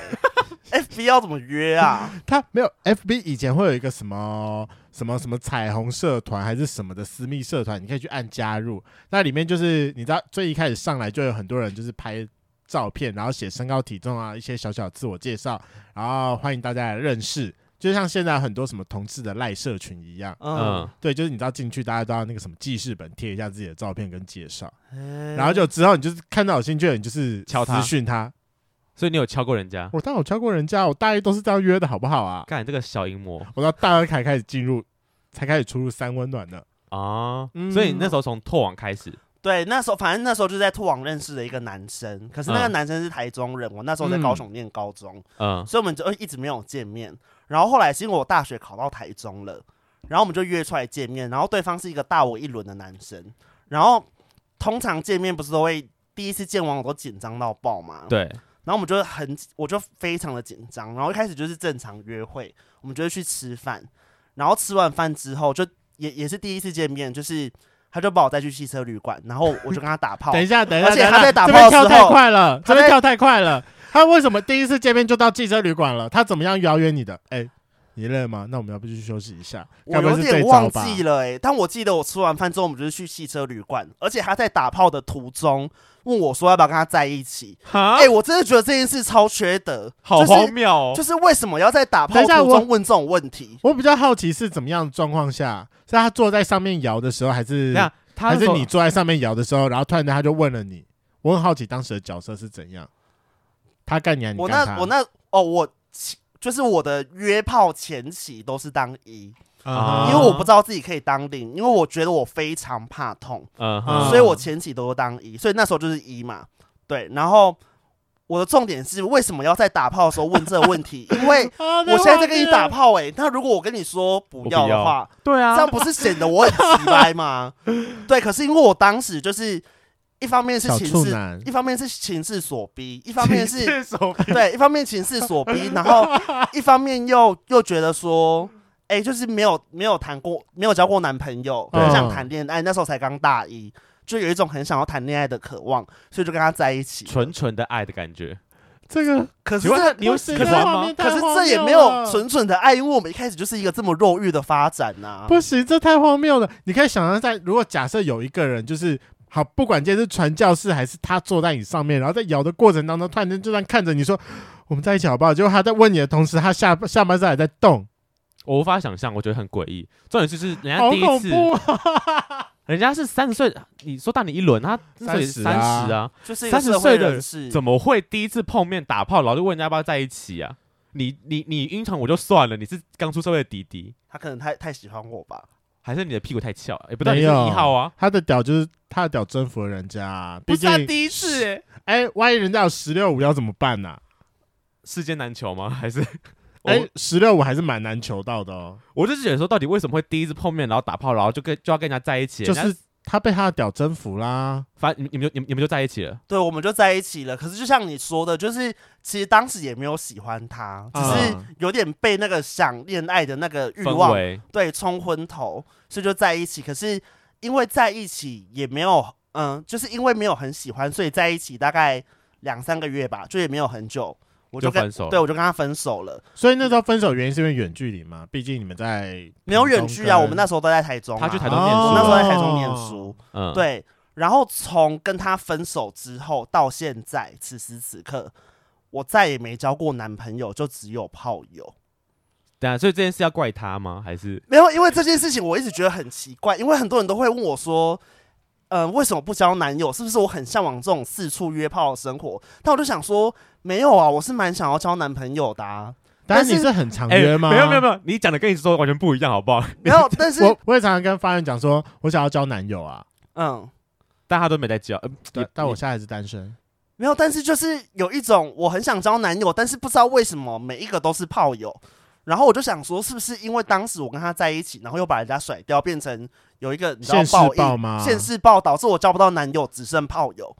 FB 要怎么约啊？
他没有 FB 以前会有一个什么什么什么彩虹社团还是什么的私密社团，你可以去按加入。那里面就是你知道最一开始上来就有很多人就是拍照片，然后写身高体重啊，一些小小自我介绍，然后欢迎大家来认识。就像现在很多什么同志的赖社群一样，
嗯
嗯，，
对，就是你知道进去大家都要那个什么记事本贴一下自己的照片跟介绍，
诶
然后就之后你就是看到有兴趣的你就是
嗯敲他
私讯他。
所以你有敲过人家？
我当然有敲过人家，我大一都是这样约的好不好啊？
干这个小淫魔
我到大二才开始进入，才开始出入三温暖的。
啊！
嗯
所以你那时候从拓网开始，
对，那时候反正那时候就在兔网认识的一个男生，可是那个
嗯
男生是台中人，我那时候在高雄念高中，
嗯，
所以我们就呃一直没有见面。然后后来是因为我大学考到台中了，然后我们就约出来见面，然后对方是一个大我一轮的男生，然后通常见面不是都会第一次见完我都紧张到爆嘛，
对，
然后我们就很，我就非常的紧张。然后一开始就是正常约会，我们就会去吃饭。然后吃完饭之后，就也也是第一次见面，就是他就把我带去汽车旅馆，然后我就跟他打炮
等。一下，等一下，
而且他
等一下
在打
这
炮
边
的
跳
时
太
候
快了，这
他
边
在
跳太快了。他为什么第一次见面就到汽车旅馆了？他怎么样邀约你的？哎、你累吗？那我们要不去休息一下？
我
该不会
有
是这
点
一招
忘
吧？
记了哎、但我记得我吃完饭之后，我们就是去汽车旅馆，而且他在打炮的途中问我说要不要跟他在一起。
哈
啊
哎、，我真的觉得这件事超缺德，
好
就是
荒谬哦！
就是为什么要在打炮
等一下
途
我
中问这种问题？
我比较好奇是怎么样的状况下，是他坐在上面摇的时候，还是
这样，他
还
那
是
时候
你坐在上面摇的时候，然后突然间他就问了你？我很好奇当时的角色是怎样。他干你、啊，你
我
干
那
他？
我那哦，我其就是我的约炮前期都是当一，
啊哈
因为我不知道自己可以当零，因为我觉得我非常怕痛，
嗯
嗯
哼，
所以我前期都是当一，所以那时候就是一嘛，对。然后我的重点是为什么要在打炮的时候问这个问题？因为
啊那
我现在在跟
画
你
面
打炮哎、那如果我跟你说不要的话，
对啊
这样，不是显得我很直白吗？ 对，可是因为我当时就是一方面是
小
情
处
势，
男
一方面是情势所逼，一方面是
这首
对，一方面情势所逼，然后一方面又又觉得说，哎、就是没有没有谈过，没有交过男朋友，
对
嗯
很想谈恋爱，那时候才刚大一，就有一种很想要谈恋爱的渴望，所以就跟他在一起。
纯纯的爱的感觉。
这个
可是
请问
这
你有
不
喜
行这
欢
画
吗
面？
可
太
是
荒
这也
谬
没有
了
纯纯的爱，因为我们一开始就是一个这么肉欲的发展啊呐、
不行，这太荒谬了。你可以想象在，如果假设有一个人就是。好，不管今天是传教士还是他坐在你上面，然后在摇的过程当中，突然间就这样看着你说：“我们在一起好不好？”结果他在问你的同时，他下下半身还在动，
我无法想象，我觉得很诡异。重点就是人家
好
第一
恐
次，
怖、啊！
人家是三十岁，你说大你一轮，他那时候也
30
三
啊
十啊，
就是一个
30
社
岁
会
的
人士。
怎么会第一次碰面打炮，然后就问人家要不要在一起啊？你你你晕船我就算了，你是刚出社会的弟弟，
他可能太太喜欢我吧？
还是你的屁股太翘？也不对，你
没
是一
有
号啊，
他的屌就是他的屌征服了人家啊、
不
毕
是他
竟
第一次、欸，
哎、万一人家有十六五要怎么办呢、啊
世间难求吗？还是我、
嗯哎，十六五还是蛮难求到的哦，
我就是觉得说，到底为什么会第一次碰面，然后打炮，然后就跟就要跟人家在一起？
就
人
是
家
他被他的屌征服啦。
反正你你们就你们你们就在一起了，
对，我们就在一起了。可是就像你说的，就是其实当时也没有喜欢他，
啊
只是
嗯
有点被那个想恋爱的那个欲
氛
望
围
对冲昏头，所以就在一起。可是因为在一起也没有，嗯，就是因为没有很喜欢，所以在一起大概两三个月吧，就也没有很久，我
就
跟
分手了
对我就跟他分手了。
所以那时候分手原因是因为远距离嘛，毕竟你们在
没有远距啊，我们那
时
时候都在台中啊、
他去台
候
中念书
我那时候
哦
在台中念书，
嗯，，
对。然后从跟他分手之后到现在，此时此刻，我再也没交过男朋友，就只有炮友。
对啊，所以这件事要怪他吗？还是
没有，因为这件事情我一直觉得很奇怪，因为很多人都会问我说，嗯、为什么不交男友？是不是我很向往这种四处约炮的生活？但我就想说，没有啊，我是蛮想要交男朋友的、啊。
但
但
是你
是哎
是很常啊约吗？
哎没有没有没有，你讲的跟你说的完全不一样，好不好？
没有，但是
我我也常常跟发源讲说，我想要交男友啊，
嗯，
但他都没 在交，呃
但
你
但我
你
现在还是单身。
没有，但是就是有一种我很想交男友，但是不知道为什么每一个都是炮友。然后我就想说，是不是因为当时我跟他在一起，然后又把人家甩掉，变成有一个你知道
现世
报
报
应，
吗？
现世报导致我交不到男友，只剩炮友。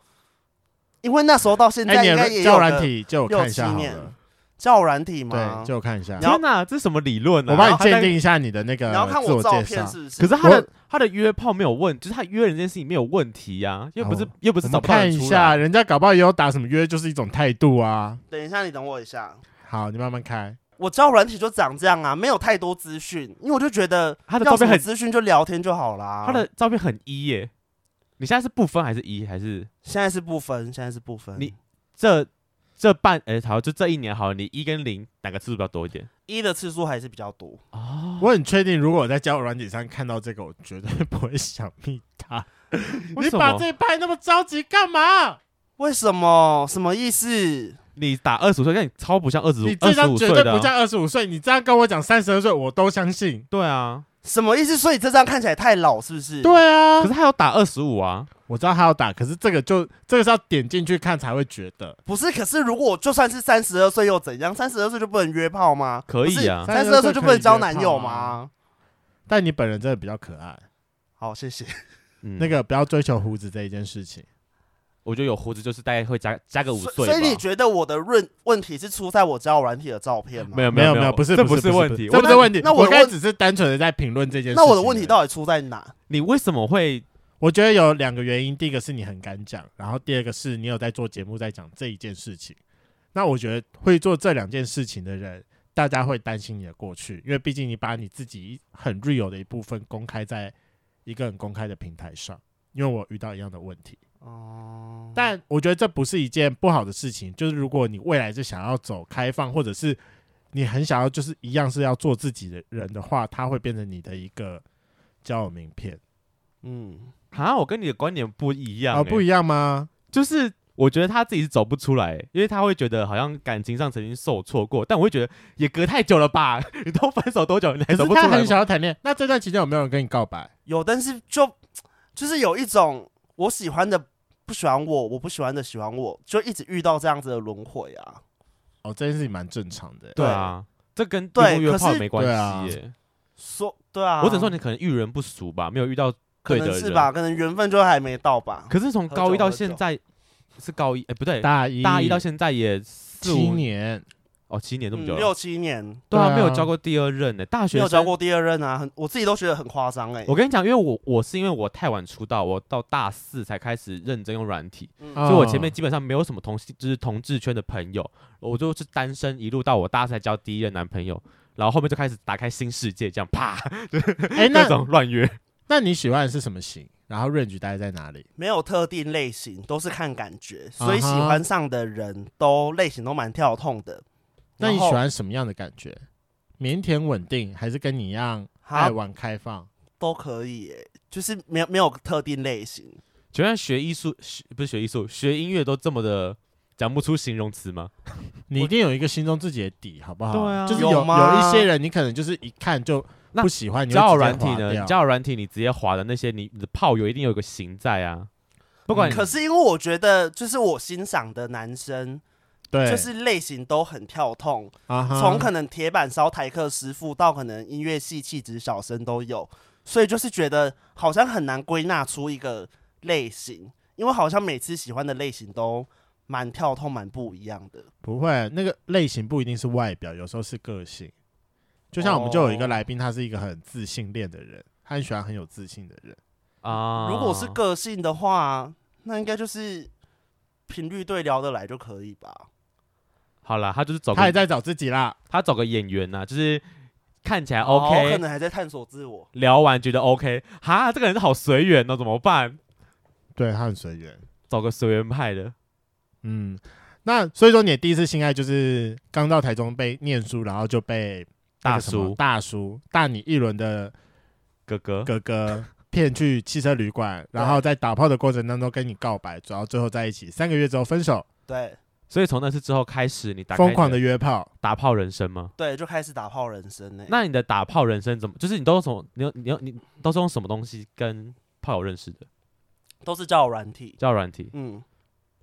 因为那时候到现
哎，
在
你
应该也
的
有
教软
个
体就我看一下
六七
好
年
了，
叫软体吗
对，？就我看一下
你。要
天哪，这是什么理论啊？
我帮你
他在
鉴定一下你的那个
你要看
呃自
我
我
照
介
片
绍。
是不
可
是？
是他的
我
他的约炮没有问，就是他约人这件事情没有问题呀、又不是、
好
又不
我
是
们
找不到
看
人
一
出
下，
来。
人家搞不好也有打什么约，就是一种态度啊。
等一下，你等我一下。
好，你慢慢开。
我交友软体就长这样啊，没有太多资讯，因为我就觉得
他的
要
照
什
片
么
很，
资讯就聊天就好啦。
他的照片很一耶。你现在是不分还是一还是
现在是不分，现在是不分。
你这这半哎、好就这一年好了，你一跟零哪个次数比较多一点？
一的次数还是比较多，
哦，
我很确定，如果我在交友软体上看到这个，我绝对不会想密他。
为
你
什
把
么
自己拍那么着急干嘛？
为什么？什么意思？
你打二十五岁，那你超不像二十五
你这
二十
张
五
绝
岁
对
的
不
啊。
像二十五岁，你这样跟我讲三十二岁，我都相信。
对啊，
什么意思？所以这张看起来太老，是不
嗯
是？，
对啊
可是，他有打二十五啊，
我知道他要打，可是这个就这个是要点进去看才会觉得。
不是。可是如果我就算是三十二岁又怎样？三十二岁就不能约炮吗？
可以啊
三十二
32
岁
岁
就不能交男友
可以约炮
吗？
但你本人真的比较可爱，
好，谢谢。
嗯
那个不要追求胡子这一件事情。
我觉得有胡子就是大概会加加个五
所
岁吧。
所以你觉得我的问问题是出在我交友软体的照片吗？
没有
没
有
没有，
有，
不是
这
不
是问题。
这
我
不是问题。
那我的
刚才
问
只是单纯的在评论这件事情。
那我的问题到底出在哪？
你为什么会
我觉得有两个原因，第一个是你很敢讲，然后第二个是你有在做节目在讲这一件事情。那我觉得会做这两件事情的人，大家会担心你的过去，因为毕竟你把你自己很 real 的一部分公开在一个很公开的平台上。因为我遇到一样的问题，
嗯
哦，
但我觉得这不是一件不好的事情。就是如果你未来是想要走开放，或者是你很想要就是一样是要做自己的人的话，它会变成你的一个交友名片
嗯，
啊？我跟你的观点不一样、
啊、
欸，
哦，不一样吗？
就是我觉得他自己是走不出来，因为他会觉得好像感情上曾经受挫过，但我会觉得也隔太久了吧？ 你都分手多久，你还
可
走
是
不出
他
来
很
吗？
想要谈恋爱，那这段期间有没有人跟你告白？
有，但是就就是有一种我喜欢的不喜欢我，我不喜欢的喜欢我，就一直遇到这样子的轮回啊。
哦，这件事情蛮正常的。
对啊，这跟
对
约不约
可
炮
是
没关
对啊
系、耶。
说对啊，
我只能说你可能遇人不熟吧，没有遇到
可
对
能
的
是
人。
吧，可能缘分就还没到吧。
可是从
喝
高一
酒
到
喝酒
现在是高一，哎、不对，
大一
大一到现在也四
七
五
年，
哦七年这么
嗯
久了，
六七年
对
对啊，
啊
没有交过第二任呢、大学
没有
生
交过第二任啊，很我自己都觉得很夸张哎。
我跟你讲，因为我我是因为我太晚出道，我到大四才开始认真用软体，
哦
嗯
所以我前面基本上没有什么同性就是同志圈的朋友，我就是单身一路到我大四才交第一任男朋友，然后后面就开始打开新世界，这样啪
哎，
各
那
种乱约。
那你喜欢的是什么型？然后 range 大概在哪里？
没有特定类型，都是看感觉，所以喜
啊哈
欢上的人都类型都蛮跳痛的。
那你喜
然后
欢什么样的感觉？腼腆稳定，还是跟你一样
哈
啊
爱玩开放？
都可以耶，就是没有没有特定类型。
就像学艺术学不是学艺术，学音乐都这么的讲不出形容词吗？
你一定有一个心中自己的底，好不好？
对啊
就是
有
有
吗
有一些人，你可能就是一看就
那
不喜欢，你会
交友
直接
软体
划
呢？
掉
你交友软体你直接滑的那些，你你的炮友一定有个型在啊，不
嗯
管你
可是因为我觉得，就是我欣赏的男生，
对，
就是类型都很跳痛，
啊哈
从可能铁板烧台客师傅到可能音乐系气质小生都有，所以就是觉得好像很难归纳出一个类型，因为好像每次喜欢的类型都蛮跳痛、蛮不一样的。
不会，那个类型不一定是外表，有时候是个性。就像我们就有一个
哦
来宾，他是一个很自信恋的人，他很喜欢很有自信的人。
啊，
如果是个性的话，那应该就是频率对聊得来就可以吧。
好了，他就是走
他也
个
在找自己啦。
他找个演员呐、就是看起来
哦
OK，、
可能还在探索自我。
聊完觉得 OK，哈，这个人好随缘哦，怎么办？
对他很随缘。
找个随缘派的，
嗯，那所以说你的第一次性爱就是刚到台中被念书，然后就被那
大
个什么
叔
大叔大你一轮的
哥哥，
哥哥骗去汽车旅馆，然后在打炮的过程当中跟你告白，主要最后在一起，三个月之后分手，
对
所以从那次之后开始，你打开你
疯狂的约炮。
打炮人生吗？
对，就开始打炮人生欸呢、
那你的打炮人生怎么？就是你都是从你用你用你都是用什么东西跟炮友认识的？
都是交友软体。
交友软体，
嗯，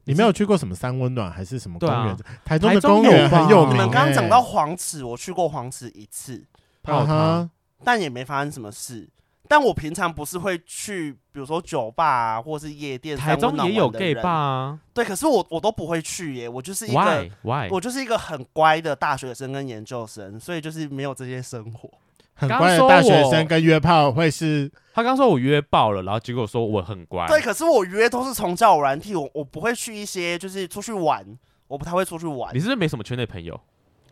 你没有去过什么三温暖还是什么公园？
对啊
台中的
台中
公园
有吧
很有
你
名、
们刚刚讲
哦
到
欸
黄池，我去过黄池一次，
泡
啊
汤
哈，
但也没发生什么事。但我平常不是会去，比如说酒吧啊，或是夜店。
台中
三温暖
也有
玩的
gay
人
吧啊
对，可是我我都不会去耶，我就是一个
？Why why？
我就是一个很乖的大学生跟研究生，所以就是没有这些生活。
很
刚
乖
说
的大学
我
生跟约炮会是
他刚说我约爆了，然后结果说我很乖，
对，可是我约都是从交友软体，我我不会去一些就是出去玩，我不太会出去玩
你，是不是没什么圈内朋友？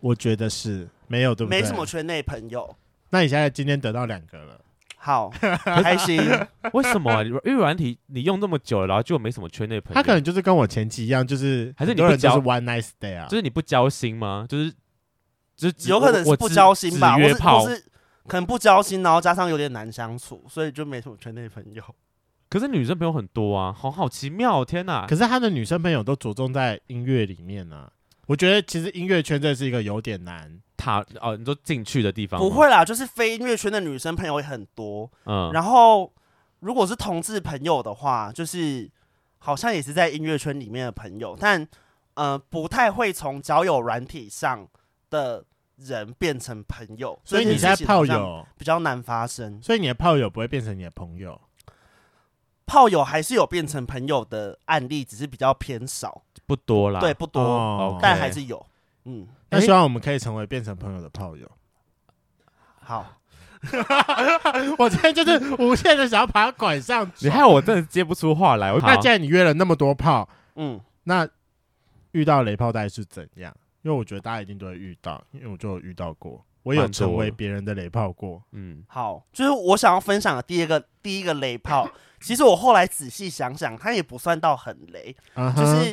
我觉得是没有，对不对？
没什么。圈内朋友。
那你现在今天得到两个了，
好，开心。
为什么啊？因为软体你用这么久了，然后就没什么圈内朋友？
他可能就是跟我前妻一样，就是
还是
很
你
多
不
人就
交
是 one night stay 啊
就，是你不交心吗？就是就是只
有可能
我
是
我
不
只
交心吧，
只
我
约
是
炮
我。是可能不交心，然后加上有点难相处，所以就没什么圈内朋友。
可是女生朋友很多啊，好好奇妙哦，天哪！
可是他的女生朋友都着重在音乐里面啊。我觉得其实音乐圈这是一个有点难，
塔哦，你说进去的地方吗
不，会啦，就是非音乐圈的女生朋友也很多。
嗯，
然后如果是同志朋友的话，就是好像也是在音乐圈里面的朋友，但呃不太会从交友软体上的人变成朋友，
所以
这
你
件
现在
事情
炮
好像
友，
比较难发生。
所以你的炮友不会变成你的朋友，
炮友还是有变成朋友的案例，只是比较偏少，
不多啦。
对，，不多，
哦
啊 OK
但还是有。嗯，
那希望我们可以成为变成朋友的炮友。
好，
我今天就是无限的想要把他拐上
你
去。
害我真的接不出话来。我
那
好
既然你约了那么多炮，
嗯，
那遇到雷炮大概是怎样？因为我觉得大家一定都会遇到，因为我就有遇到过，我有
蛮多的
成为别人的雷炮过。
嗯，
好，就是我想要分享的第一个第一个雷炮。其实我后来仔细想想，它也不算到很雷，
啊哈
就是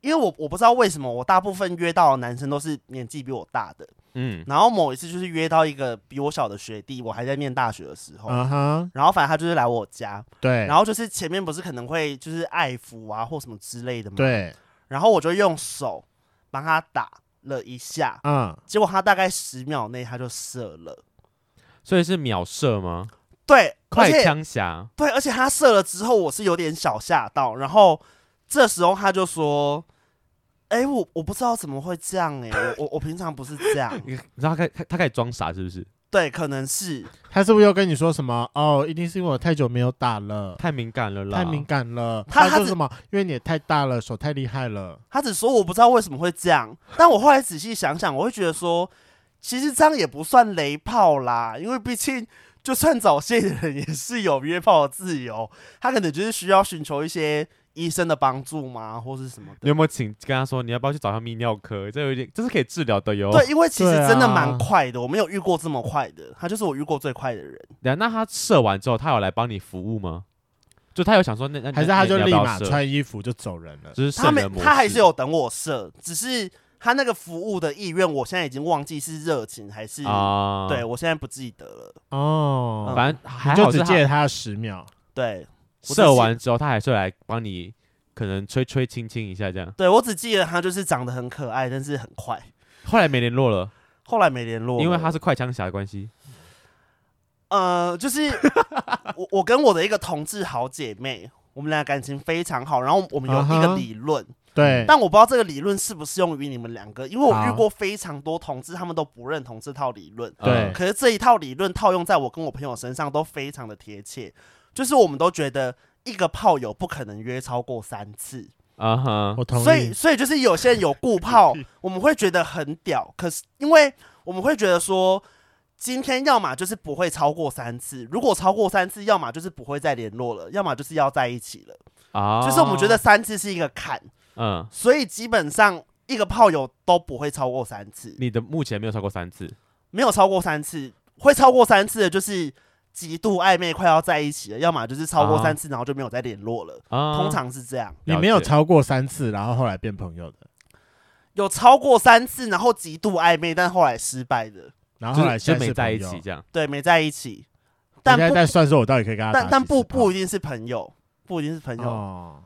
因为我我不知道为什么，我大部分约到的男生都是年纪比我大的。
嗯，
然后某一次就是约到一个比我小的学弟，我还在念大学的时候。
啊哈，
然后反正他就是来我家，
对，
然后就是前面不是可能会就是爱抚啊或什么之类的嘛，
对，
然后我就用手帮他打了一下，
嗯，
结果他大概十秒内他就射了，
所以是秒射吗？
对，而
快
且
枪侠，
对，而且他射了之后，我是有点小吓到，然后这时候他就说：“哎、我我不知道怎么会这样哎、我我我平常不是这样，
你你知道他开他他开始装傻是不是？
对，可能是
他是不是又跟你说什么？哦，一定是因为我太久没有打了，
太敏感了啦，
太敏感了。
他
他
他
说
是
什么？因为你也太大了，手太厉害了。
他只说我不知道为什么会这样，但我后来仔细想想，我会觉得说，其实这样也不算雷炮啦，因为毕竟。”就算早泄的人也是有约炮的自由，他可能就是需要寻求一些医生的帮助嘛，或是什么的。
你有没有请跟他说你要不要去找一下泌尿科？这有一点，这是可以治疗的哟。
对，因为其实
对啊
真的蛮快的，我没有遇过这么快的，他就是我遇过最快的人。
对，那他射完之后，他有来帮你服务吗？就他有想说那那
还是他就
那
立
你要不要
马
射
穿衣服就走人了？
就是
他
圣
没
人，模
他还
式
是有等我射，只是他那个服务的意愿，我现在已经忘记是热情还是、
啊，
对，我现在不记得了。
哦，
嗯
反正还
你
好
就是只
他
借他十秒。
对，我只
射完之后，他还是会来帮你，可能吹吹亲亲一下这样。
对我只记得他就是长得很可爱，但是很快，
后来没联络了，
后来没联络了，
因为他是快枪侠的关系。
呃，就是 我我跟我的一个同志好姐妹，我们俩感情非常好，然后我们有一
啊
个
哈
理论。
对，
嗯但我不知道这个理论适不适用于你们两个，因为我遇
好
过非常多同志，他们都不认同这套理论。
对
嗯
可是这一套理论套用在我跟我朋友身上都非常的贴切，就是我们都觉得一个炮友不可能约超过三次，
啊哈，
我同
所以
意。
所以就是有些人有固炮，我们会觉得很屌，可是因为我们会觉得说。今天要么就是不会超过三次，如果超过三次，要么就是不会再联络了，要么就是要在一起了。
啊，
就是我们
哦
觉得，三次是一个坎，
嗯，
所以基本上一个炮友都不会超过三次，
你的目前没有超过三次，
没有超过三次，会超过三次的就是极度暧昧，快要在一起了，要么就是超过三次，然后就没有再联络了，
啊，
通常是这样。
你
了
没有
解
超过三次，然后后来变朋友的，
有超过三次，然后极度暧昧，但后来失败的，
然后
就
后来
是就
现在
没
是
在一
朋
起
友
这样。
对，没在一起，
我
但
现在
不
在算说，我到底可以跟他打
但
几
但不
次炮
不一定是朋友，不一定是朋友，
哦，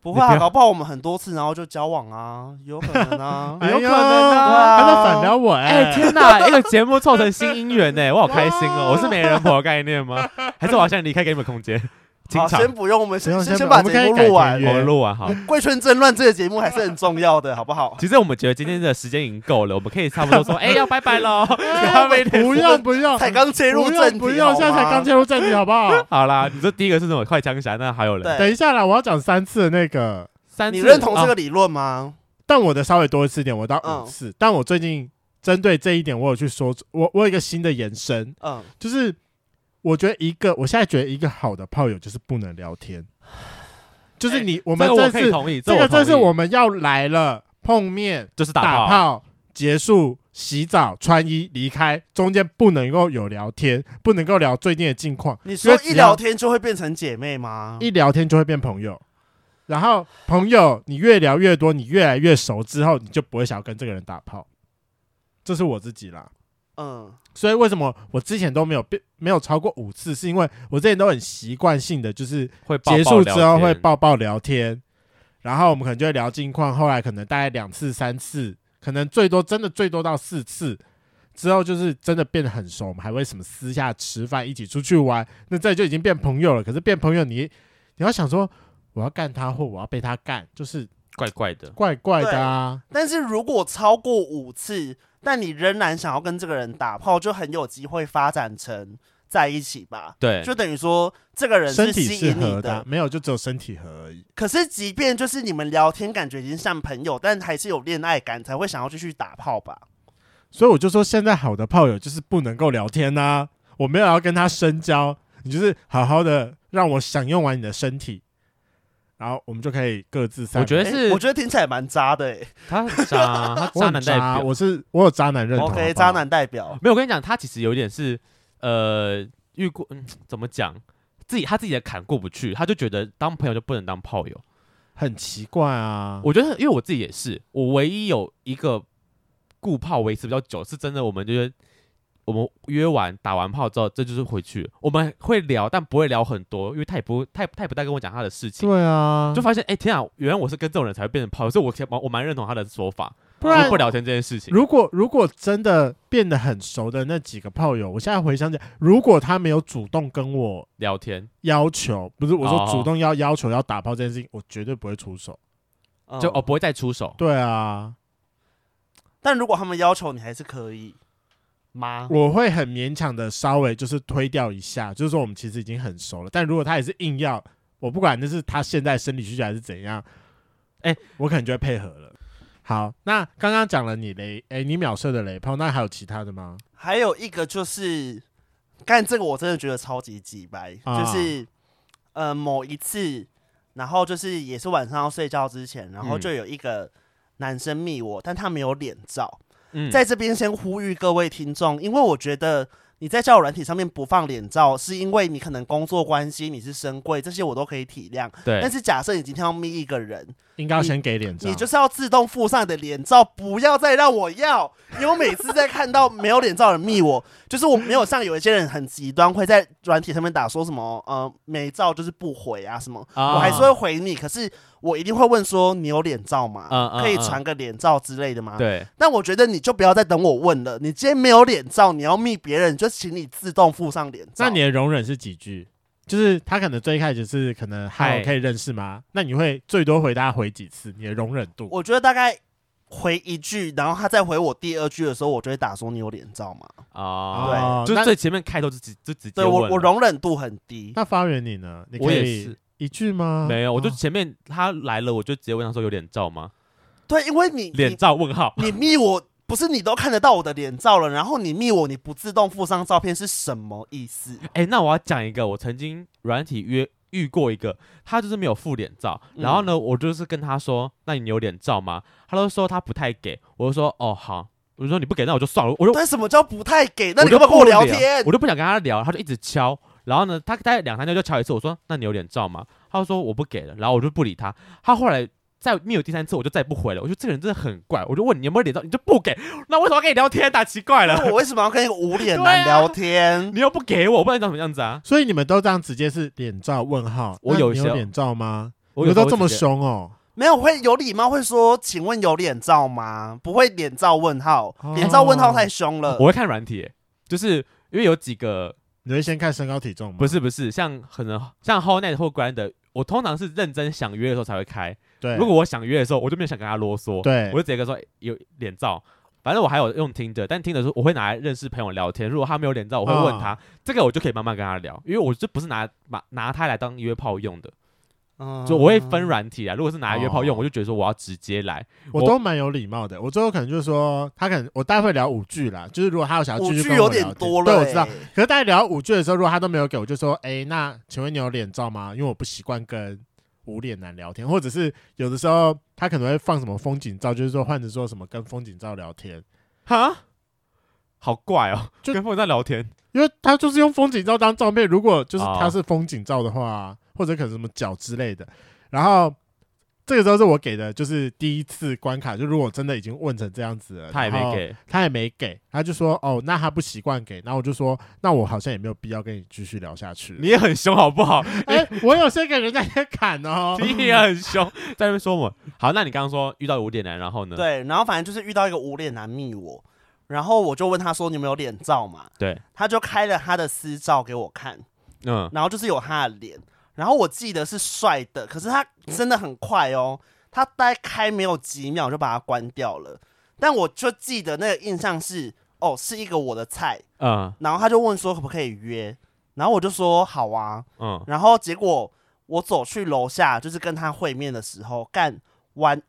不会啊，
你不要，
搞不好我们很多次，然后就交往啊，有可能啊
有 可
哎呦
能啊
他在反撩我
哎
哎，
天哪！一个节目 凑成新姻缘呢，我好开心哦！我是媒人婆的概念吗？还是我好像离开给你们空间？清
好，
场，
先不用，我们
不
先
用先不
把
我们
节目
可以改
录完
天。约
我们录 啊 完好。
贵圈争乱这个节目还是很重要的，好不好？
其实我们觉得今天的时间已经够了，我们可以差不多 说，哎、要拜拜喽。？
哎不用不用，
才刚切入
不
正
用
题，
不用，
好
现在才
吗
刚进入正题，好不好
好啦，你说第一个是什么？快枪侠，那还有人
对
等一下啦，我要讲三次的那个，
三次，
你认同这个
啊
哦
理论吗？
但我的稍微多一次一点，我到
嗯
五次。但我最近针对这一点，我有去说，我我有一个新的延伸，
嗯，
就是我觉得一个，我现在觉得一个好的炮友就是不能聊天，就是你、我们
这个
哎这
我可以
次
同意，
这个
这
这
是
是我们要来了，碰面
就是打
打
炮，
炮结束。洗澡、穿衣、离开，中间不能够有聊天，不能够聊最近的近况。
你
因
说
为
一
只要
聊天就会变成姐妹吗？
一聊天就会变朋友，然后朋友你越聊越多，你越来越熟之后，你就不会想要跟这个人打炮。这是我自己啦，
嗯，
所以为什么我之前都没有变，没有超过五次，是因为我之前都很习惯性的就是
会抱抱
结束之
聊
后
天
会抱抱聊天，然后我们可能就会聊近况，后来可能大概两次、三次，可能最多真的最多到四次。之后就是真的变得很熟，我们还会什么私下吃饭，一起出去玩，那这就已经变朋友了。可是变朋友你，你要想说我要干他或我要被他干，就是
怪怪的。
怪怪的啊。
但是如果超过五次，但你仍然想要跟这个人打炮，就很有机会发展成在一起吧。
对，
就等于说，这个人
身
是
体
吸
是
引你
合啊
的，
没有就只有身体合而已。
可是即便就是你们聊天，感觉已经像朋友，但还是有恋爱感，才会想要继续打炮吧？
所以我就说，现在好的炮友就是不能够聊天呐、我没有要跟他深交，你就是好好的让我享用完你的身体，然后我们就可以各自散。
我觉得
诶
是
我觉得听起来蛮渣的、欸。
他 很渣，啊他
我
渣
很
男代
渣
表。
我是我有渣男认同啊
OK，
好不好
渣男代表。
没有，我跟你讲，他其实有点是呃遇过，嗯，怎么讲，自己他自己的坎过不去，他就觉得当朋友就不能当炮友。
很奇怪啊。
我觉得，因为我自己也是，我唯一有一个顾炮维持比较久，是真的，我们就是我们约完打完炮之后，这就是回去，我们会聊，但不会聊很多，因为他也不他也他也不太跟我讲他的事情。
对啊，
就发现，哎、天啊！原来我是跟这种人才会变成炮友，所以我其实蛮我蛮认同他的说法，
不然
就不聊天这件事情。
如果如果真的变得很熟的那几个炮友，我现在回想起来，如果他没有主动跟我
聊天
要求，不是我说
哦
主动要要求要打炮这件事情，我绝对不会出手。
嗯
就、哦，不会再出手，
对啊，
但如果他们要求你，还是可以吗？
我会很勉强的稍微就是推掉一下，就是说我们其实已经很熟了。但如果他也是硬要，我不管那是他现在生理需求还是怎样，
哎
我可能就会配合了。好，那刚刚讲了你雷，哎、你秒射的雷炮，那还有其他的吗？
还有一个就是，干这个我真的觉得超级鸡掰，
啊
就是呃某一次，然后就是也是晚上要睡觉之前，然后
嗯
就有一个男生密我，但他没有脸照，
嗯，
在这边先呼吁各位听众，因为我觉得你在交友软体上面不放脸照，是因为你可能工作关系，你是身贵，这些我都可以体谅。
对
但，是假设你今天要密一个人，
应该要先给脸照
你。就是要自动附上你的脸照，不要再让我要，因为我每次在看到没有脸照的人密我，就是我没有像有一些人很极端，会在软体上面打说什么呃没照就是不回啊什么，
啊
我还是会回你，可是我一定会问说你有脸照吗？
嗯嗯
可以
嗯
传个脸照之类的吗？
对，
但我觉得你就不要再等我问了，你今天没有脸照，你要密别人，就请你自动附上脸照。
那你的容忍是几句？就是他可能最一开始是可能嗨，
嗨
我可以认识吗？那你会最多回答回几次？你的容忍度？
我觉得大概回一句，然后他再回我第二句的时候，我就会打说你有脸照吗？
啊，
对
就
哦那
最前面开头就直就直接
对我
问
我
了
容忍度很低。
那发源你呢？你
我
可
也
以
是
一句吗？
没有，我就
嗯
哦
前面他来了，我就直接问他说有脸照吗？
对，因为你
脸照问号，
你你密我。不是你都看得到我的脸照了，然后你密我，你不自动附上照片是什么意思？
哎，那我要讲一个，我曾经软体约遇过一个，他就是没有附脸照，
嗯
然后呢，我就是跟他说，那你有脸照吗？他都说他不太给，我就说哦好，我就说你不给那我就算了，我就
对，什么叫不太给？那你
就
干嘛跟
不
我聊
聊
天？
我就不想跟他聊，他就一直敲。然后呢，他大概两三天就敲一次。我说：“那你有脸照吗？”他就说：“我不给了。”然后我就不理他。他后来再没有第三次，我就再也不回了。我觉得这个人真的很怪。我就问你有没有脸照，你就不给。 那为什么要跟你聊天打奇怪
啊
那
了，
我为什么要跟一个无脸
对
男
啊
聊天？
你又不给我，我不知道你长什么样子啊！
所以你们都这样直接是脸照问号？
我
那
有
你
些
有脸照吗？
我
你们
有时候
都这么
直接，
凶哦，
没有会有礼貌，会说请问有脸照吗？不会脸照问号
哦，
脸照问号太凶了。
我会看软体、欸就是因为有几个
你会先看身高体重吗？
不，是不是，像可能像 Whole Night 或 Grand，我通常是认真想约的时候才会开。
对，
如果我想约的时候，我就没有想跟他啰嗦，
对
我就直接跟他说欸有脸照。反正我还有用听的，但听的时候我会拿来认识朋友聊天。如果他没有脸照，我会问
哦
他，这个我就可以慢慢跟他聊，因为我就不是拿拿拿它来当约炮用的，
嗯
就我会分软体啊。如果是拿来约炮用，
哦
我就觉得说我要直接来，
我都蛮有礼貌的。我最后可能就说，他可能我待会聊五句啦，就是如果他有想要
五
继续
句
跟
有
我聊
点
天
多了、
对，
欸，
我知道。可是大家聊五句的时候，如果他都没有给我，就说：“哎、那请问你有脸照吗？因为我不习惯跟无脸男聊天，或者是有的时候他可能会放什么风景照，就是说换着说什么跟风景照聊天，
哈，好怪哦，
就
跟朋友在聊天，
因为他就是用风景照当照片。如果就是
哦
他是风景照的话，或者可能什么脚之类的，然后。”这个时候是我给的，就是第一次关卡。就如果真的已经问成这样子了，
他也
然后
没给，
他也没给，他就说哦，那他不习惯给，然后我就说，那我好像也没有必要跟你继续聊下去。
你也很凶好不好？
哎、我有先给人家一个砍哦，
你也很凶， 在那边说我。好，那你刚刚说遇到五点男，然后呢？
对，然后反正就是遇到一个无脸男密我，然后我就问他说：“你们有脸照吗？”
对，
他就开了他的私照给我看，
嗯，
然后就是有他的脸，然后我记得是帅的，可是他真的很快哦，他大概开没有几秒就把它关掉了，但我就记得那个印象是哦，是一个我的菜，
嗯
然后他就问说可不可以约，然后我就说好啊，
嗯，
然后结果我走去楼下，就是跟他会面的时候，干完，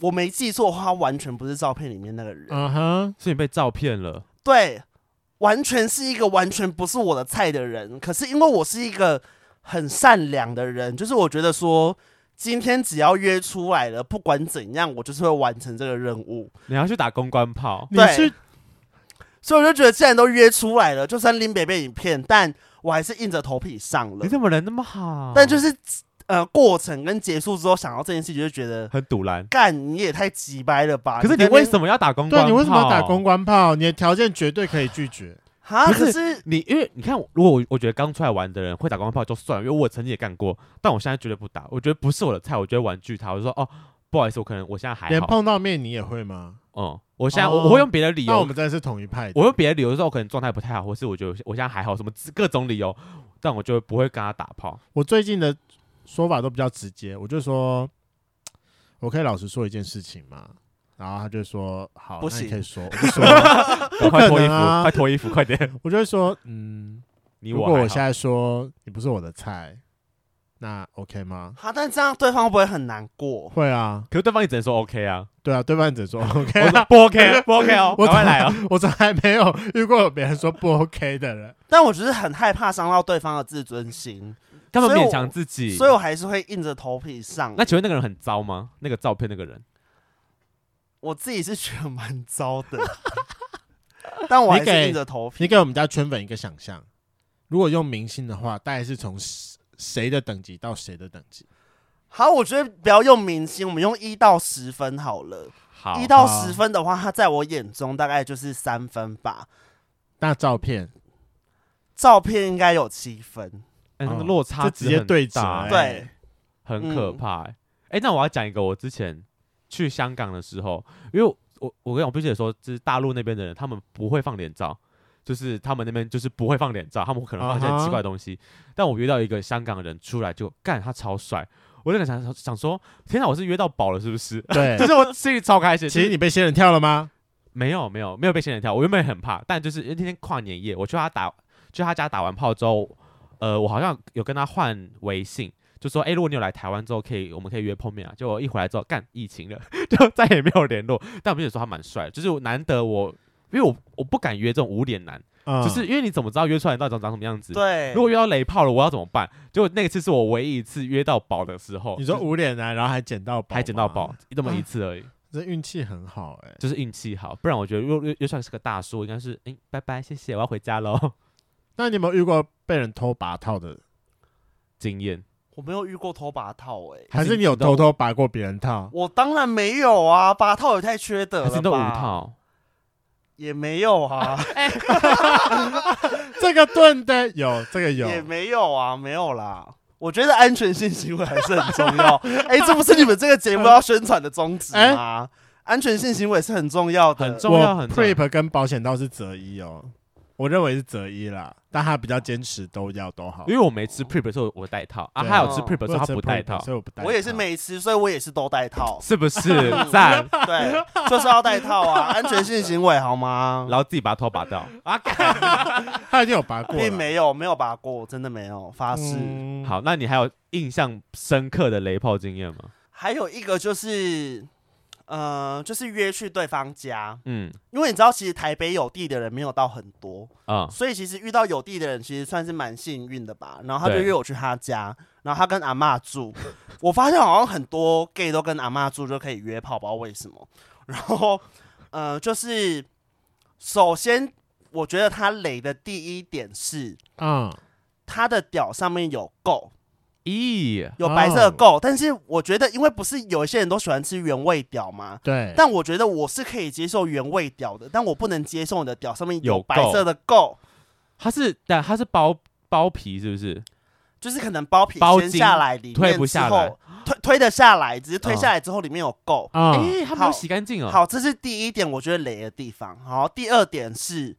我没记错的话，他完全不是照片里面那个人，
嗯哼，
啊所以你被照骗了，
对，完全是一个完全不是我的菜的人。可是因为我是一个很善良的人，就是我觉得说。今天只要约出来了，不管怎样，我就是会完成这个任务。
你要去打公关炮。
你
对
是
所以我就觉得，既然都约出来了，就算林北被你骗，但我还是硬着头皮上了
你。怎么人那么好？
但就是呃，过程跟结束之后，想到这件事情，就觉得
很堵然。
干你也太急掰了
啊
吧？
可是你
在那边
为什么要打公关
对
炮？
你为什么要打公？关炮？你的条件绝对可以拒绝。
哈？
不是
可是
你因为你看，如果我我觉得刚出来玩的人会打公关炮就算了，因为我曾经也干过，但我现在绝对不打，我觉得不是我的菜，我觉得婉拒他，我就说哦，不好意思，我可能我现在还
连
好，
碰到面你也会吗？
嗯，我现在、
哦
我我会用别的理
那我
由，
们真的是同一派的。
我用别的理由说我哦可能状态不太好，或是我觉得我现在还好，什么各种理由，但我就不会跟他打炮。
我最近的说法都比较直接，我就说，我可以老实说一件事情吗？然后他就说好，
不
那你
行
可以说，我就说，
我快脱衣
可能啊
服，快脱衣服，快点！
我就会说，嗯，
你
如
我
果
还
我
好
现在说你不是我的菜，那 OK 吗？
哈，但这样对方会不会很难过？
会啊，
可是对方也只能说 OK 啊，
对啊，对方只能说 OK
我
啊
说不 OK，不 OK 哦，
我
赶快来哦。
我从来没有遇过有别人说不 OK 的人。
但我只是很害怕伤到对方的自尊心，
干嘛
所以我
勉强自己？
所以我还是会硬着头皮上。
那请问那个人很糟吗？那个照片那个人，
我自己是觉得蛮糟的， 但我还
你给
是硬着头皮。
你给我们家圈粉一个想象，如果用明星的话，大概是从谁谁的等级到谁的等级？
好，我觉得不要用明星，我们用一到十分好了。
好
一到
好
十分的话，他在我眼中大概就是三分吧。
那照片
照片应该有七分，
哎那个
哦
落差
这
值
直接
很
对折
大
哎
欸
对，
嗯
很可怕欸。哎，那我要讲一个，我之前去香港的时候，因为我我跟我必须得说，就是大陆那边的人，他们不会放脸照。就是他们那边就是不会放脸照，他们可能放一些
啊哈
奇怪的东西。但我约到一个香港人出来就干，他超帅，我就想想想说，天哪，我是约到宝了是不是？
对
就，是我心里超开心。
哎其实你被仙人跳了吗？
没有没有没有被仙人跳，我原本很怕，但就是因为那天跨年夜，我去他打去他家打完炮之后，呃，我好像有跟他换微信，就说，哎、如果你有来台湾之后，可以我们可以约碰面啊。结果一回来之后，干疫情了， 就再也没有联络。但我们也说他蛮帅的，就是难得我，因为我我不敢约这种无脸男，
嗯，
就是因为你怎么知道约出来到底长长什么样子？
对。
如果约到雷炮了，我要怎么办？结果那个次是我唯一一次约到宝的时候，
你说
就是
无脸男，然后还捡到宝，
还捡到宝，，那么一次而已。
这运气很好哎、
就是运气好，不然我觉得又又又算是个大叔，应该是哎、拜拜，谢谢，我要回家喽。
那你有没有遇过被人偷拔套的？
经验，
我没有遇过偷拔套哎、
还是你有偷偷拔过别人套？
我当然没有啊，拔套也太缺
还
德了
是
吧？
你都无套，
也没有啊，
这个盾的有，这个有，
也没有啊，没有啦。我觉得安全性行为还是很重要。哎、这不是你们这个节目要宣传的宗旨吗？安全性行为是很重要的，
很重
我
要很重要
prep 跟保险套是择一哦。我认为是择一啦，但他比较坚持都要都好
因。为我没吃 prep 的时候我带套啊，
对
他有吃
哦
prep 的时候他
我有
不
吃 prep，
带套，。
所以我不带。
我也是，没吃，所以我也是都戴套
是不是赞？
对，就是要戴套啊，安全性行为好吗？
然后自己把头拔掉啊！干
他已经有拔过了，
并没啊有，没有拔过，真的没有，发誓。
嗯，
好，那你还有印象深刻的雷炮经验吗？
还有一个就是，呃，就是约去对方家，
嗯
因为你知道，其实台北有地的人没有到很多，
啊，
所以其实遇到有地的人，其实算是蛮幸运的吧。然后他就
对
约我去他家，然后他跟阿嬷住， 我发现好像很多 gay 都跟阿嬷住就可以约炮，不知道为什么。然后，呃，就是首先我觉得他雷的第一点是
嗯，
他的屌上面有垢，
咦，
有白色的垢，但是我觉得因为不是有一些人都喜欢吃原味屌吗？
对，
但我觉得我是可以接受原味屌的，但我不能接受你的屌上面有
有
白
垢
色的垢，
它是但它是包包皮是不是？
就是可能包皮
包
掀
茎
下来，里面
推不下来
之后，推推得下来，只是推
嗯
下来之后里面有垢。
嗯，
哎，它没有洗干净哦。
好，这是第一点，我觉得雷的地方。好，第二点是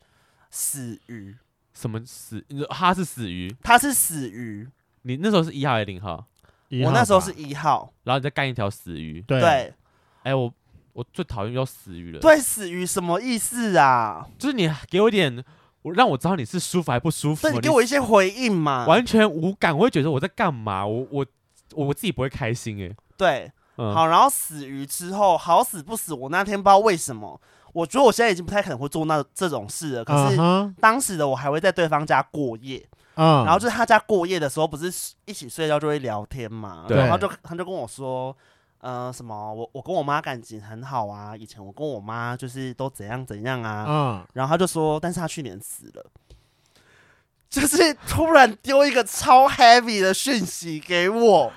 死鱼，
什么死？你说它是死鱼？
它是死鱼，
你那时候是一号还是零号？
一
我
号
那时候
吧
是一号，
然后你再干一条死鱼？
对
对
哎，我我最讨厌遇到死鱼了。，
对，死鱼什么意思啊？
就是你给我一点，我让我知道你是舒服还不舒服。啊
对，你给我一些回应嘛。
完全无感，我会觉得我在干嘛？我我我自己不会开心哎、
对，
嗯，
好，然后死鱼之后，好死不死，我那天不知道为什么，我觉得我现在已经不太可能会做那这种事了。可
嗯
是
哼，
当时的我还会在对方家过夜，
嗯，
然后就是他家过夜的时候，不是一起睡觉就会聊天嘛，
对
然后他就他就跟我说。呃，什么？我我跟我妈感情很好啊，以前我跟我妈就是都怎样怎样啊，
嗯，
然后他就说，但是他去年死了，就是突然丢一个超 heavy 的讯息给我，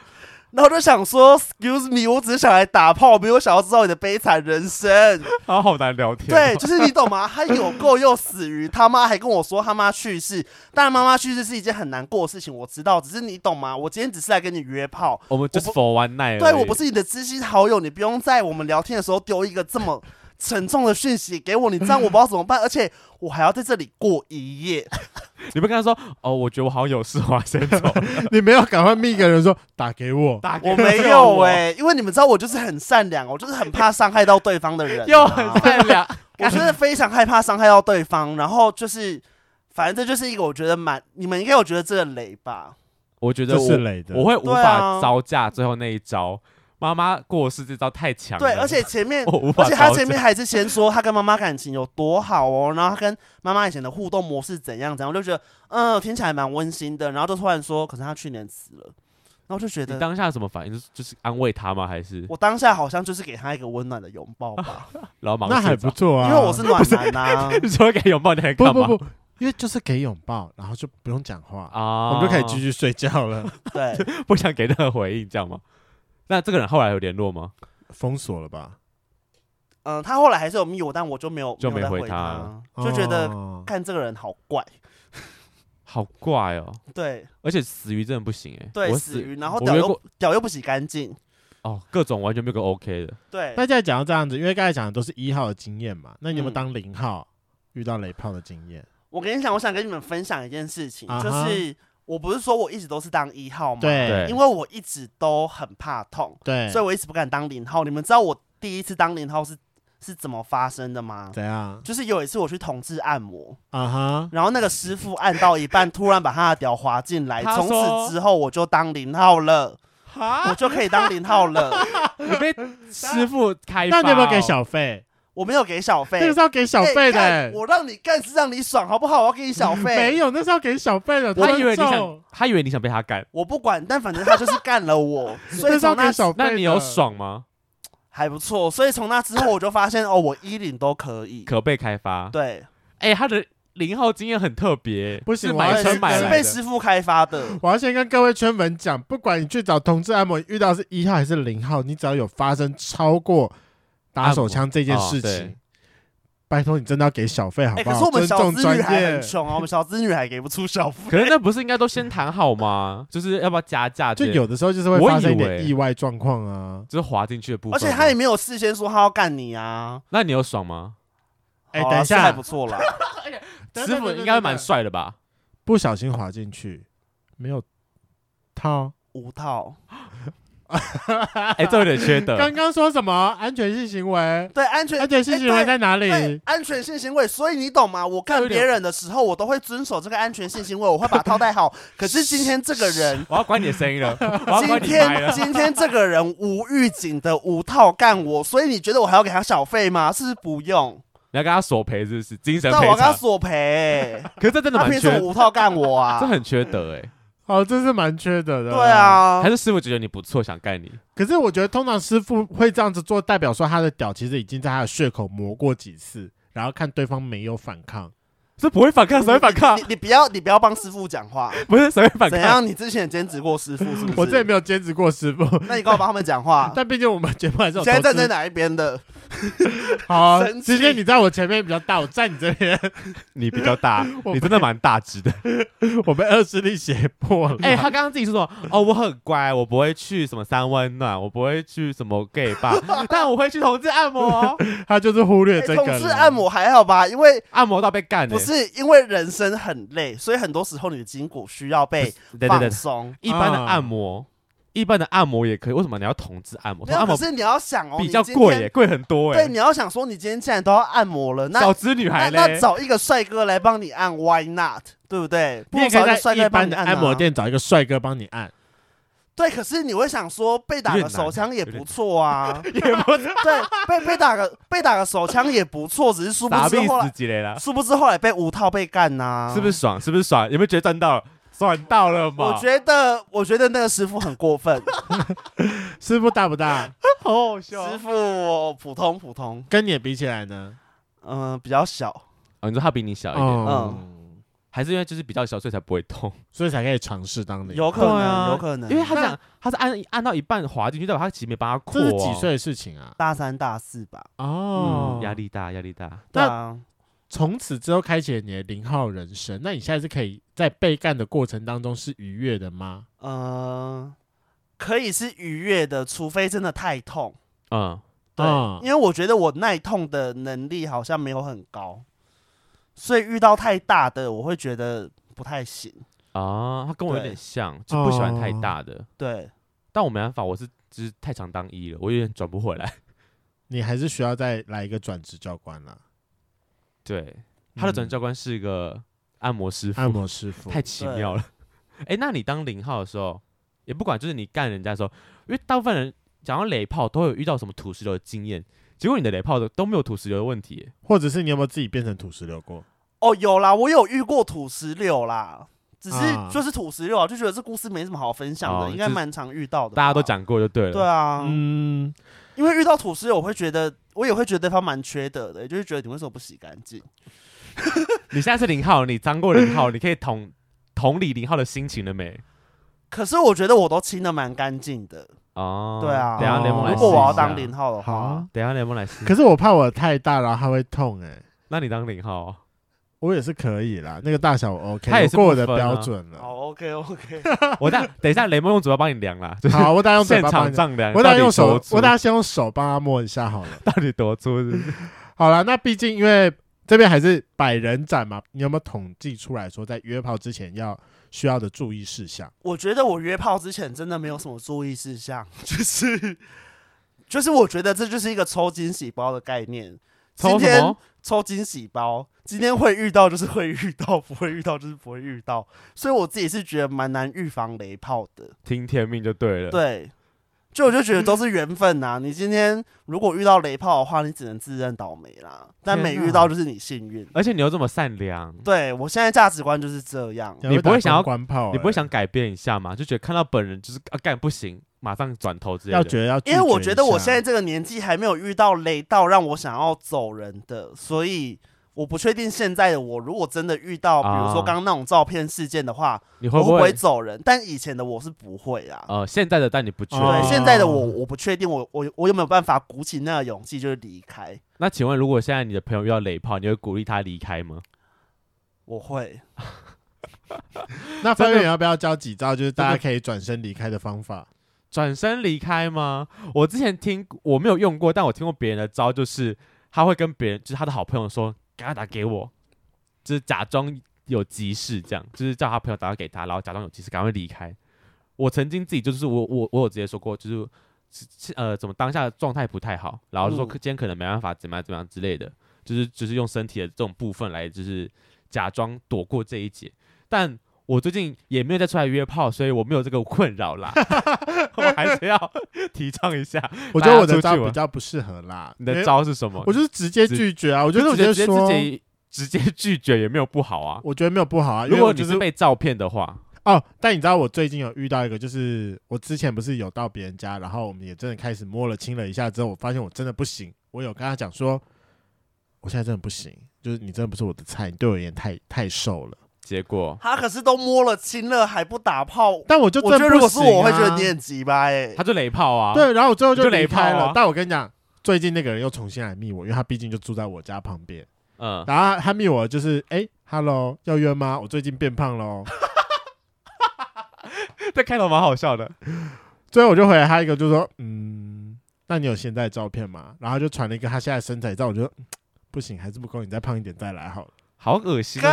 然后我就想说，excuse me，我只是想来打炮，我没有想要知道你的悲惨人生。
好好难聊天 啊
对，就是你懂吗？他有够又死鱼，他妈还跟我说他妈去世，当然妈妈去世是一件很难过的事情，我知道，只是你懂吗？我今天只是来跟你约炮。
我们就是 for one night，
对我不
是
是你的知心好友，你不用在我们聊天的时候丢一个这么 沉重的讯息给我，你这样我不知道怎么 办，而且我还要在这里过一夜。
你们跟他说哦，我觉得我好像有事，我要先 走。
你没有赶快密一个人说打给我，
打给
我没
救
有
我
哎、因为你们知道我就是很善良，我就是很怕伤害到对方的人、
又很善良，
我真的非常害怕伤害到对方，然后就是。反正这就是一个我觉得蛮，你们应该有觉得这个雷吧？
我觉得
这
我
是雷的，
我会无
对啊
法招架最后那一招。妈妈过世这招太强了，
对，而且前 面
我无法
而且他
招
前面
架
还是先说他跟妈妈感情有多好哦，然后他跟妈妈以前的互动模式怎样怎样，我就觉得嗯听起来蛮温馨的，然后就突然说，可是他去年死了，然后就觉
你
得
当下什么反应？就是就是安慰他吗？还是
我当下好像就是给他一个温暖的拥抱吧，
然后马
那
上
还
睡
不
着？
错啊，
因为我是暖男啊 呐、
你说给拥抱你还
不
干嘛？
不不，因为就是给拥抱，然后就不用讲话，
啊，
我们就可以继续睡觉了，
对，
不想给任何回应，这样吗？那这个人后来有联络吗？
封锁了吧？
嗯，他后来还是有密我，但我就没有
就
没有再
没回
回
他
就觉得
哦
看这个人好怪，
好怪哦、
对
而且死鱼真的不行哎、
对，
我
死鱼，然后
我
屌
约
又
过
屌又不洗干净，
哦，各种完全没有个 OK 的。
对，
那现在讲到这样子，因为刚才讲的都是一号的经验嘛，那你有没有
嗯
当零号遇到雷炮的经验？
我跟你讲，我想跟你们分享一件事情，
啊
就
哈
是我不是说我一直都是当一号吗？，
对
对
因为我一直都很怕痛，
对
所以，我一直不敢当零号。你们知道我第一次当零号是是怎么发生的吗？
怎样
就是有一次我去同志按摩，
啊哈？
然后那个师傅按到一半，突然把他的屌滑进来，
他
从
说
此之后我就当零号了，我
哈，
就可以当零号了。
你被师傅开发、哦
那你有没有给？小费？
我没有给小
那
费
个是，要给小费的
哎
欸
干，我让你干是让你爽，好不好？我要给你小费，
没有，那是要给小费的。
他以为
尊
你想
重，，
他以为你想被他干。
我不管，但反正他就是干 了我，所
那
以
是要
从那
给小费
那
的。
你有爽吗？
还不错，所以从那之后我就发现哦，我衣领都可以。
可被开发。
对，
哎、他的零号经验很特别，欸
不行
是
我
买
要
车
先
买
跟
是
来
被
的。
师傅开发的。
我要先跟各位圈粉讲，不管你去找同志按摩，遇到是一号还是零号，你只要有发生超过打手枪这件事
按摩哦
情
对，
拜托你真的要给小费好
啊哎、
不
可
好？
是我
尊
们小
重
资
专
女还
业
很，穷啊，我们小资女还给不出小费。
可是那不是应该都先谈好吗？就是要不要加价之
就
类的？
有的时候就是会
我以
发生一点
为
意外状况啊。
就是滑进去的部分
而
吗。
且他也没有事先说他要干你啊。
那你有爽吗？
哎、
好啊
等一
是还
下
不，错啦。
等
师
等
傅
等
应该会
等
蛮
等
帅的吧？
不小心滑进去，没有套。
无套，
哎，这有点 缺德
刚。刚说什么安全性行为？
呃对安全
安全性行为
哎
在哪
对
里
对？安全性行为，所以你懂吗？我看
有点
别人的时候，我都会遵守这个安全性行为，我会把套戴好。可是今天这个人
我要关你的声音 了， 我要关你
今
麦
天
了。
今天这个人无预警的无套干我，所以你觉得我还要给他小费吗？是不是不用？
你要跟他索赔是不是？精神
但
赔
我要跟他
偿。
索赔、
可是这 真的
他
蛮
凭
缺
什么，无套干我啊
这？很缺德哎。
哦，这是蛮缺德的。
对，啊
还，是师傅觉得你不错，想干你？
可是我觉得通常师傅会这样子做，代表说他的屌其实已经在他的血口磨过几次，然后看对方没有反抗。
这不会反抗，谁会反抗
你？你不要你不要帮师傅讲话。
不是谁会反
怎
抗？
样？你之前也兼职过师傅是不是？
我这也没有兼职过师傅，
那你跟我帮他们讲话。
但毕竟我们节目还是有
现在
投
站在
资。
哪一边的？
好，啊
生气
今天你在我前面比较大，我站你这边，
你比较 大，
我
你真的蛮大只的。
我被恶势力胁迫了。
哎、他刚刚自己是说什么哦，我很乖，我不会去什么三温暖，我不会去什么 gay bar，但我会去同志按摩，
他就是忽略
哎
这个
哦同
了。
志按摩还好吧？因为
按摩到被干的、欸
不是因为人生很累，所以很多时候你的筋骨需要被
对对
放
对，
松。
一般的按摩，一般的按摩也可以，为什么你要同志按摩？
没
同
有，
按
可
摩
是你要想哦，
比较
你今天
贵耶、贵很多哎、
对，你要想说你今天既然都要按摩了，那
小资女
那
孩
那
嘞，
找一个帅哥来帮你按，Why not？对不对？不
你
如
也可
找一个
以在
帅哥
一
来帮
般
你
的
按、啊
按摩。店找一个帅哥帮你按。
对，可是你会想说被打
有
个
点
手
难
枪也
有点
不错啊。
也 不是
对，被被打个被打个手枪也不错，只是殊不
打
知
必
后
死
来，
之类了，
殊不知后来被五套被干呐、
啊是不是？啊爽？是不是爽？有没有觉得赚到 了？赚到了
我
嘛？
觉得，我觉得那个师傅很过分，
师傅大不大？
好好笑啊
师傅普通普通，
跟你也比起来呢？
嗯、比较小，
哦，你说他比你小一点，
嗯，
还是因为就是比较小，所以才不会痛？
所以才可以尝试当零。
有可能，
对啊
有可能，
因为他这样，他是按按到一半滑进去，代表他其实没帮他扩、嗯
这是几？岁的事情啊？
大三大四吧，
哦，
压。力大，压力大。
对啊，
从此之后开启了你的零号人生，那你现在是可以在被干的过程当中是愉悦的吗？
嗯、可以是愉悦的，除非真的太痛，
嗯，
对，
嗯
因为我觉得我耐痛的能力好像没有很高，所以遇到太大的，我会觉得不太行，
啊，他跟我有点
对
像，就不喜欢太大的。
对，
但我没办法，我是就是太常当一了，我有点转不回来。
你还是需要再来一个转职教官 啦。
对，他的转教官是一个按摩师傅，
按摩师傅
太奇妙了。 哎、那你当零号的时候，也不管就是你干人家的时候，因为大部分人讲到雷炮都有遇到什么土石流的经验，结果你的雷炮都都没有土石流的问题耶、
或者是你有没有自己变成土石流过？
哦，有啦，我有遇过土石榴啦，只是
啊
就是土石榴啊，就觉得这故事没什么好分享的，
哦
应该
就是
蛮常遇到的。
大家都，讲过就对了。
对啊，
嗯，
因为遇到土石榴，我会觉得我也会觉得对方蛮缺德的，也就是觉得你为什么不洗干净？
你现在是零号，你当过零号，你可以同同理零号的心情了没？
可是我觉得我都清的蛮干净的，
哦，啊
对啊。
等一下联盟来
如果我要
试一下
当零，号的话
好，。
等一下联盟来试。
可是我怕我太大，然后它会痛哎、
那你当零号哦，
我也是可以啦，那个大小我 OK，
它也
我
是
过我的
不分啊
标准了。
好，OK OK，
我等一下等一下雷蒙用嘴巴帮你量啦，就是
好，我等下用嘴
现
巴帮
场
你
丈量，
我等
到
下
底
用
多
手，
粗
我等下先用手帮他摸一下好了。
到底多粗是不是？
好了，那毕竟因为这边还是百人展嘛，你有没有统计出来说在约炮之前要需要的注意事项？
我觉得我约炮之前真的没有什么注意事项，就是就是我觉得这就是一个抽惊喜包的概念。今
抽什
天
么？
抽惊喜包，今天会遇到就是会遇到，不会遇到就是不会遇到，所以我自己是觉得蛮难预防雷炮的。
听天命就对了。
对，就我就觉得都是缘 分呐、你今天如果遇到雷炮的话，你只能自认倒霉啦，但
天
没
哪
遇到就是你幸运。
而且你又这么善良，
对我现在价值观就是这样，
你不会想要
打公关炮、
你不会想改变一下吗？就觉得看到本人就是啊干不行，马上转头之
欸
类的。
要觉得要，
因为我觉得我现在这个年纪还没有遇到雷到让我想要走人的，所以。我不确定现在的我，如果真的遇到，比如说
啊
刚刚那种照片事件的话，
你会
我
不
会不
会
会走人？但以前的我是不会啊。
呃现在的但你不确定。
哦
对，现在的我我不确定我，我我有没有办法鼓起那个勇气，就是离开。
那请问，如果现在你的朋友遇到雷炮，你会鼓励他离开吗？
我会，
那
真
分
的
院要不要教几招，就是大
真
家
的
可以转身离开的方法？
转身离开吗？我之前听我没有用过，但我听过别人的招，就是他会跟别人，就是他的好朋友说：“赶快打给我。”就是假装有急事，这样就是叫他朋友打电话给他，然后假装有急事赶快离开。我曾经自己就是我我我有直接说过，就是是是呃怎么当下状态不太好，然后就说
嗯
今天可能没办法怎么样怎么样之类的，就是就是用身体的这种部分来就是假装躲过这一劫，但。我最近也没有再出来约炮，所以我没有这个困扰啦。 我还是要提倡一下
我觉得我
大家出
的
去
招
玩
比较不适合啦。
你
因
的
为
招是什么？
我就是直接
直
拒绝啊！我
可
就是
我觉得直接
说
自，己直接拒绝也没有不好啊。
我觉得没有不好啊。因
如
为我
果你
就是
是被照骗的话，
哦，但你知道我最近有遇到一个，就是我之前不是有到别人家，然后我们也真的开始摸了亲了一下之后，我发现我真的不行。我有跟他讲说，我现在真的不行，就是你真的不是我的菜，你对我有点太太瘦了。
结果
他可是都摸了亲了还不打炮，
但我就
我
真
觉
的
得如
不
果是
行
我会觉
啊
得你很鸡巴哎
他。就雷炮啊。，
对，然后我最后
你就
离
雷
开
炮
了
啊。
但我跟你讲，最近那个人又重新来密我，因为他毕竟就住在我家旁边。
嗯，
然后他密我就是，哎、h e l l o 要约吗？我最近变胖喽。
这开头蛮好笑的。
最后我就回了他一个，就说，嗯，那你有现在的照片吗？然后他就传了一个他现在的身材照，我觉得嗯不行，还是不够，你再胖一点再来好了。
好恶心啊！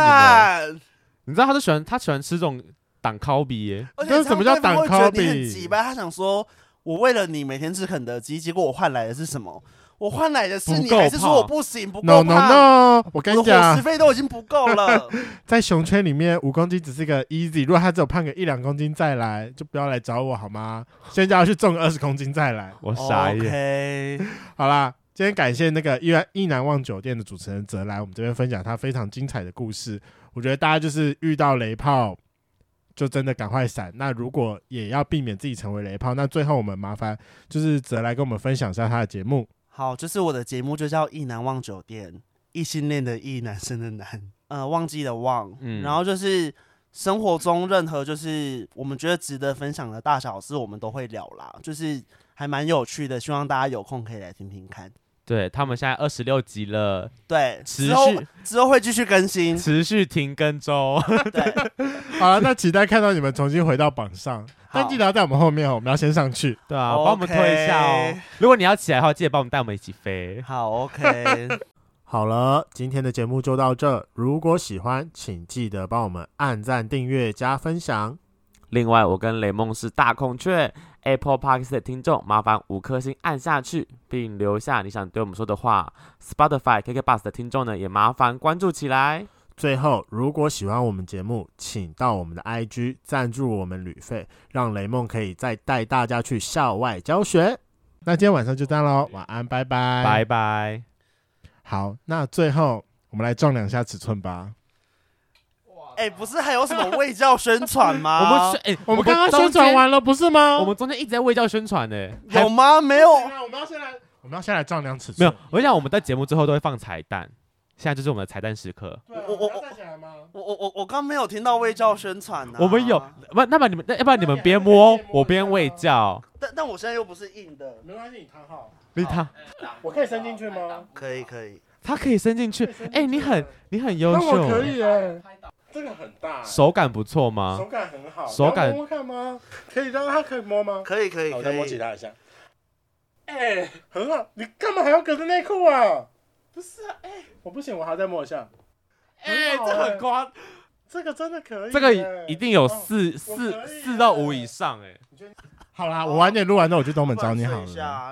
干，
你们，你知道他就喜欢他喜欢吃这种挡烤比耶，
而
这
且
是怎么叫
常常对
挡
方会觉得
copy？
你很鸡巴，他想说，我为了你每天吃肯德基，结果我换来的是什么？我换来的是
不
你
够
还是说
胖
我不行，不
No
够
no
胖？
no！我跟
我
你
的伙食
讲，
费都已经不够了。
在熊圈里面五公斤只是个 easy，如果他只有胖个一两公斤再来，就不要来找我好吗？先叫他去重个二十公斤再来。
我傻眼。
OK，
好啦，今天感谢那个意外意难忘酒店的主持人泽来，我们这边分享他非常精彩的故事。我觉得大家就是遇到雷炮，就真的赶快闪。那如果也要避免自己成为雷炮，那最后我们麻烦就是泽来跟我们分享一下他的节目。
好，就是我的节目就叫《意难忘酒店》，异性恋的异，男生的男，呃，忘记的忘。
嗯
然后就是生活中任何就是我们觉得值得分享的大小事，我们都会聊啦，就是还蛮有趣的，希望大家有空可以来听听看。
对他们现在二十六集了，
对，
持
之后
续
之后会继续更
嗯
新。
持续停更中。
对，
好了，那期待看到你们重新回到榜上，但
好
记得要在我们后面哦，我们要先上去。
对啊，帮我们推一下哦
OK。
如果你要起来的话，记得帮我们带我们一起飞。
好，OK，
好了，今天的节目就到这。如果喜欢，请记得帮我们按赞、订阅、加分享。
另外，我跟雷梦是大孔雀 Apple Park 的听众，麻烦五颗星按下去，并留下你想对我们说的话。Spotify KK Bus 的听众呢，也麻烦关注起来。
最后，如果喜欢我们节目，请到我们的 IG 赞助我们旅费，让雷梦可以再带大家去校外教学。那今天晚上就这样喽，晚安，拜拜，
拜。拜。
好，那最后我们来丈量一下尺寸吧。
哎、不是还有什么卫教宣传吗？
我们宣，哎，
我们刚刚宣
中
传
间，
完了，不是吗？
我们中间一直在为教宣传呢。还
有吗？没有。
我们要先来，我们要先来丈量尺
没
寸
有，，我想我们在节目最后都会放彩蛋，现在就是我们的彩蛋时刻。
对啊
我我
要站起来吗？
我我我我刚没有听到卫教宣传啊呢、
我们有，不，那么你们，啊那要不然你们边摸，我边喂教。
但但我现在又不是硬的，
没关系，你躺好，
你他
我可以伸进去吗？
可以可以。
他可以伸进去，哎，你很你很优
那我可
秀，
以哎，这个很大，
手感不错吗？
手感很好，
手
你
感
要摸摸看吗？可以让他可以摸吗？
可以可以
好，我
可
再摸其
以，
他一下。哎、很好，你干嘛还要隔着内裤啊？不是啊，哎、我不行，我还要再摸一下。
哎，
好
这
哎
很夸哎
这个真的可以、
这个一定有
哦
四
我
四
可以
四到五以上哎、
好啦，我晚点录完之后我去东门找你好
不然试一
了。
下啊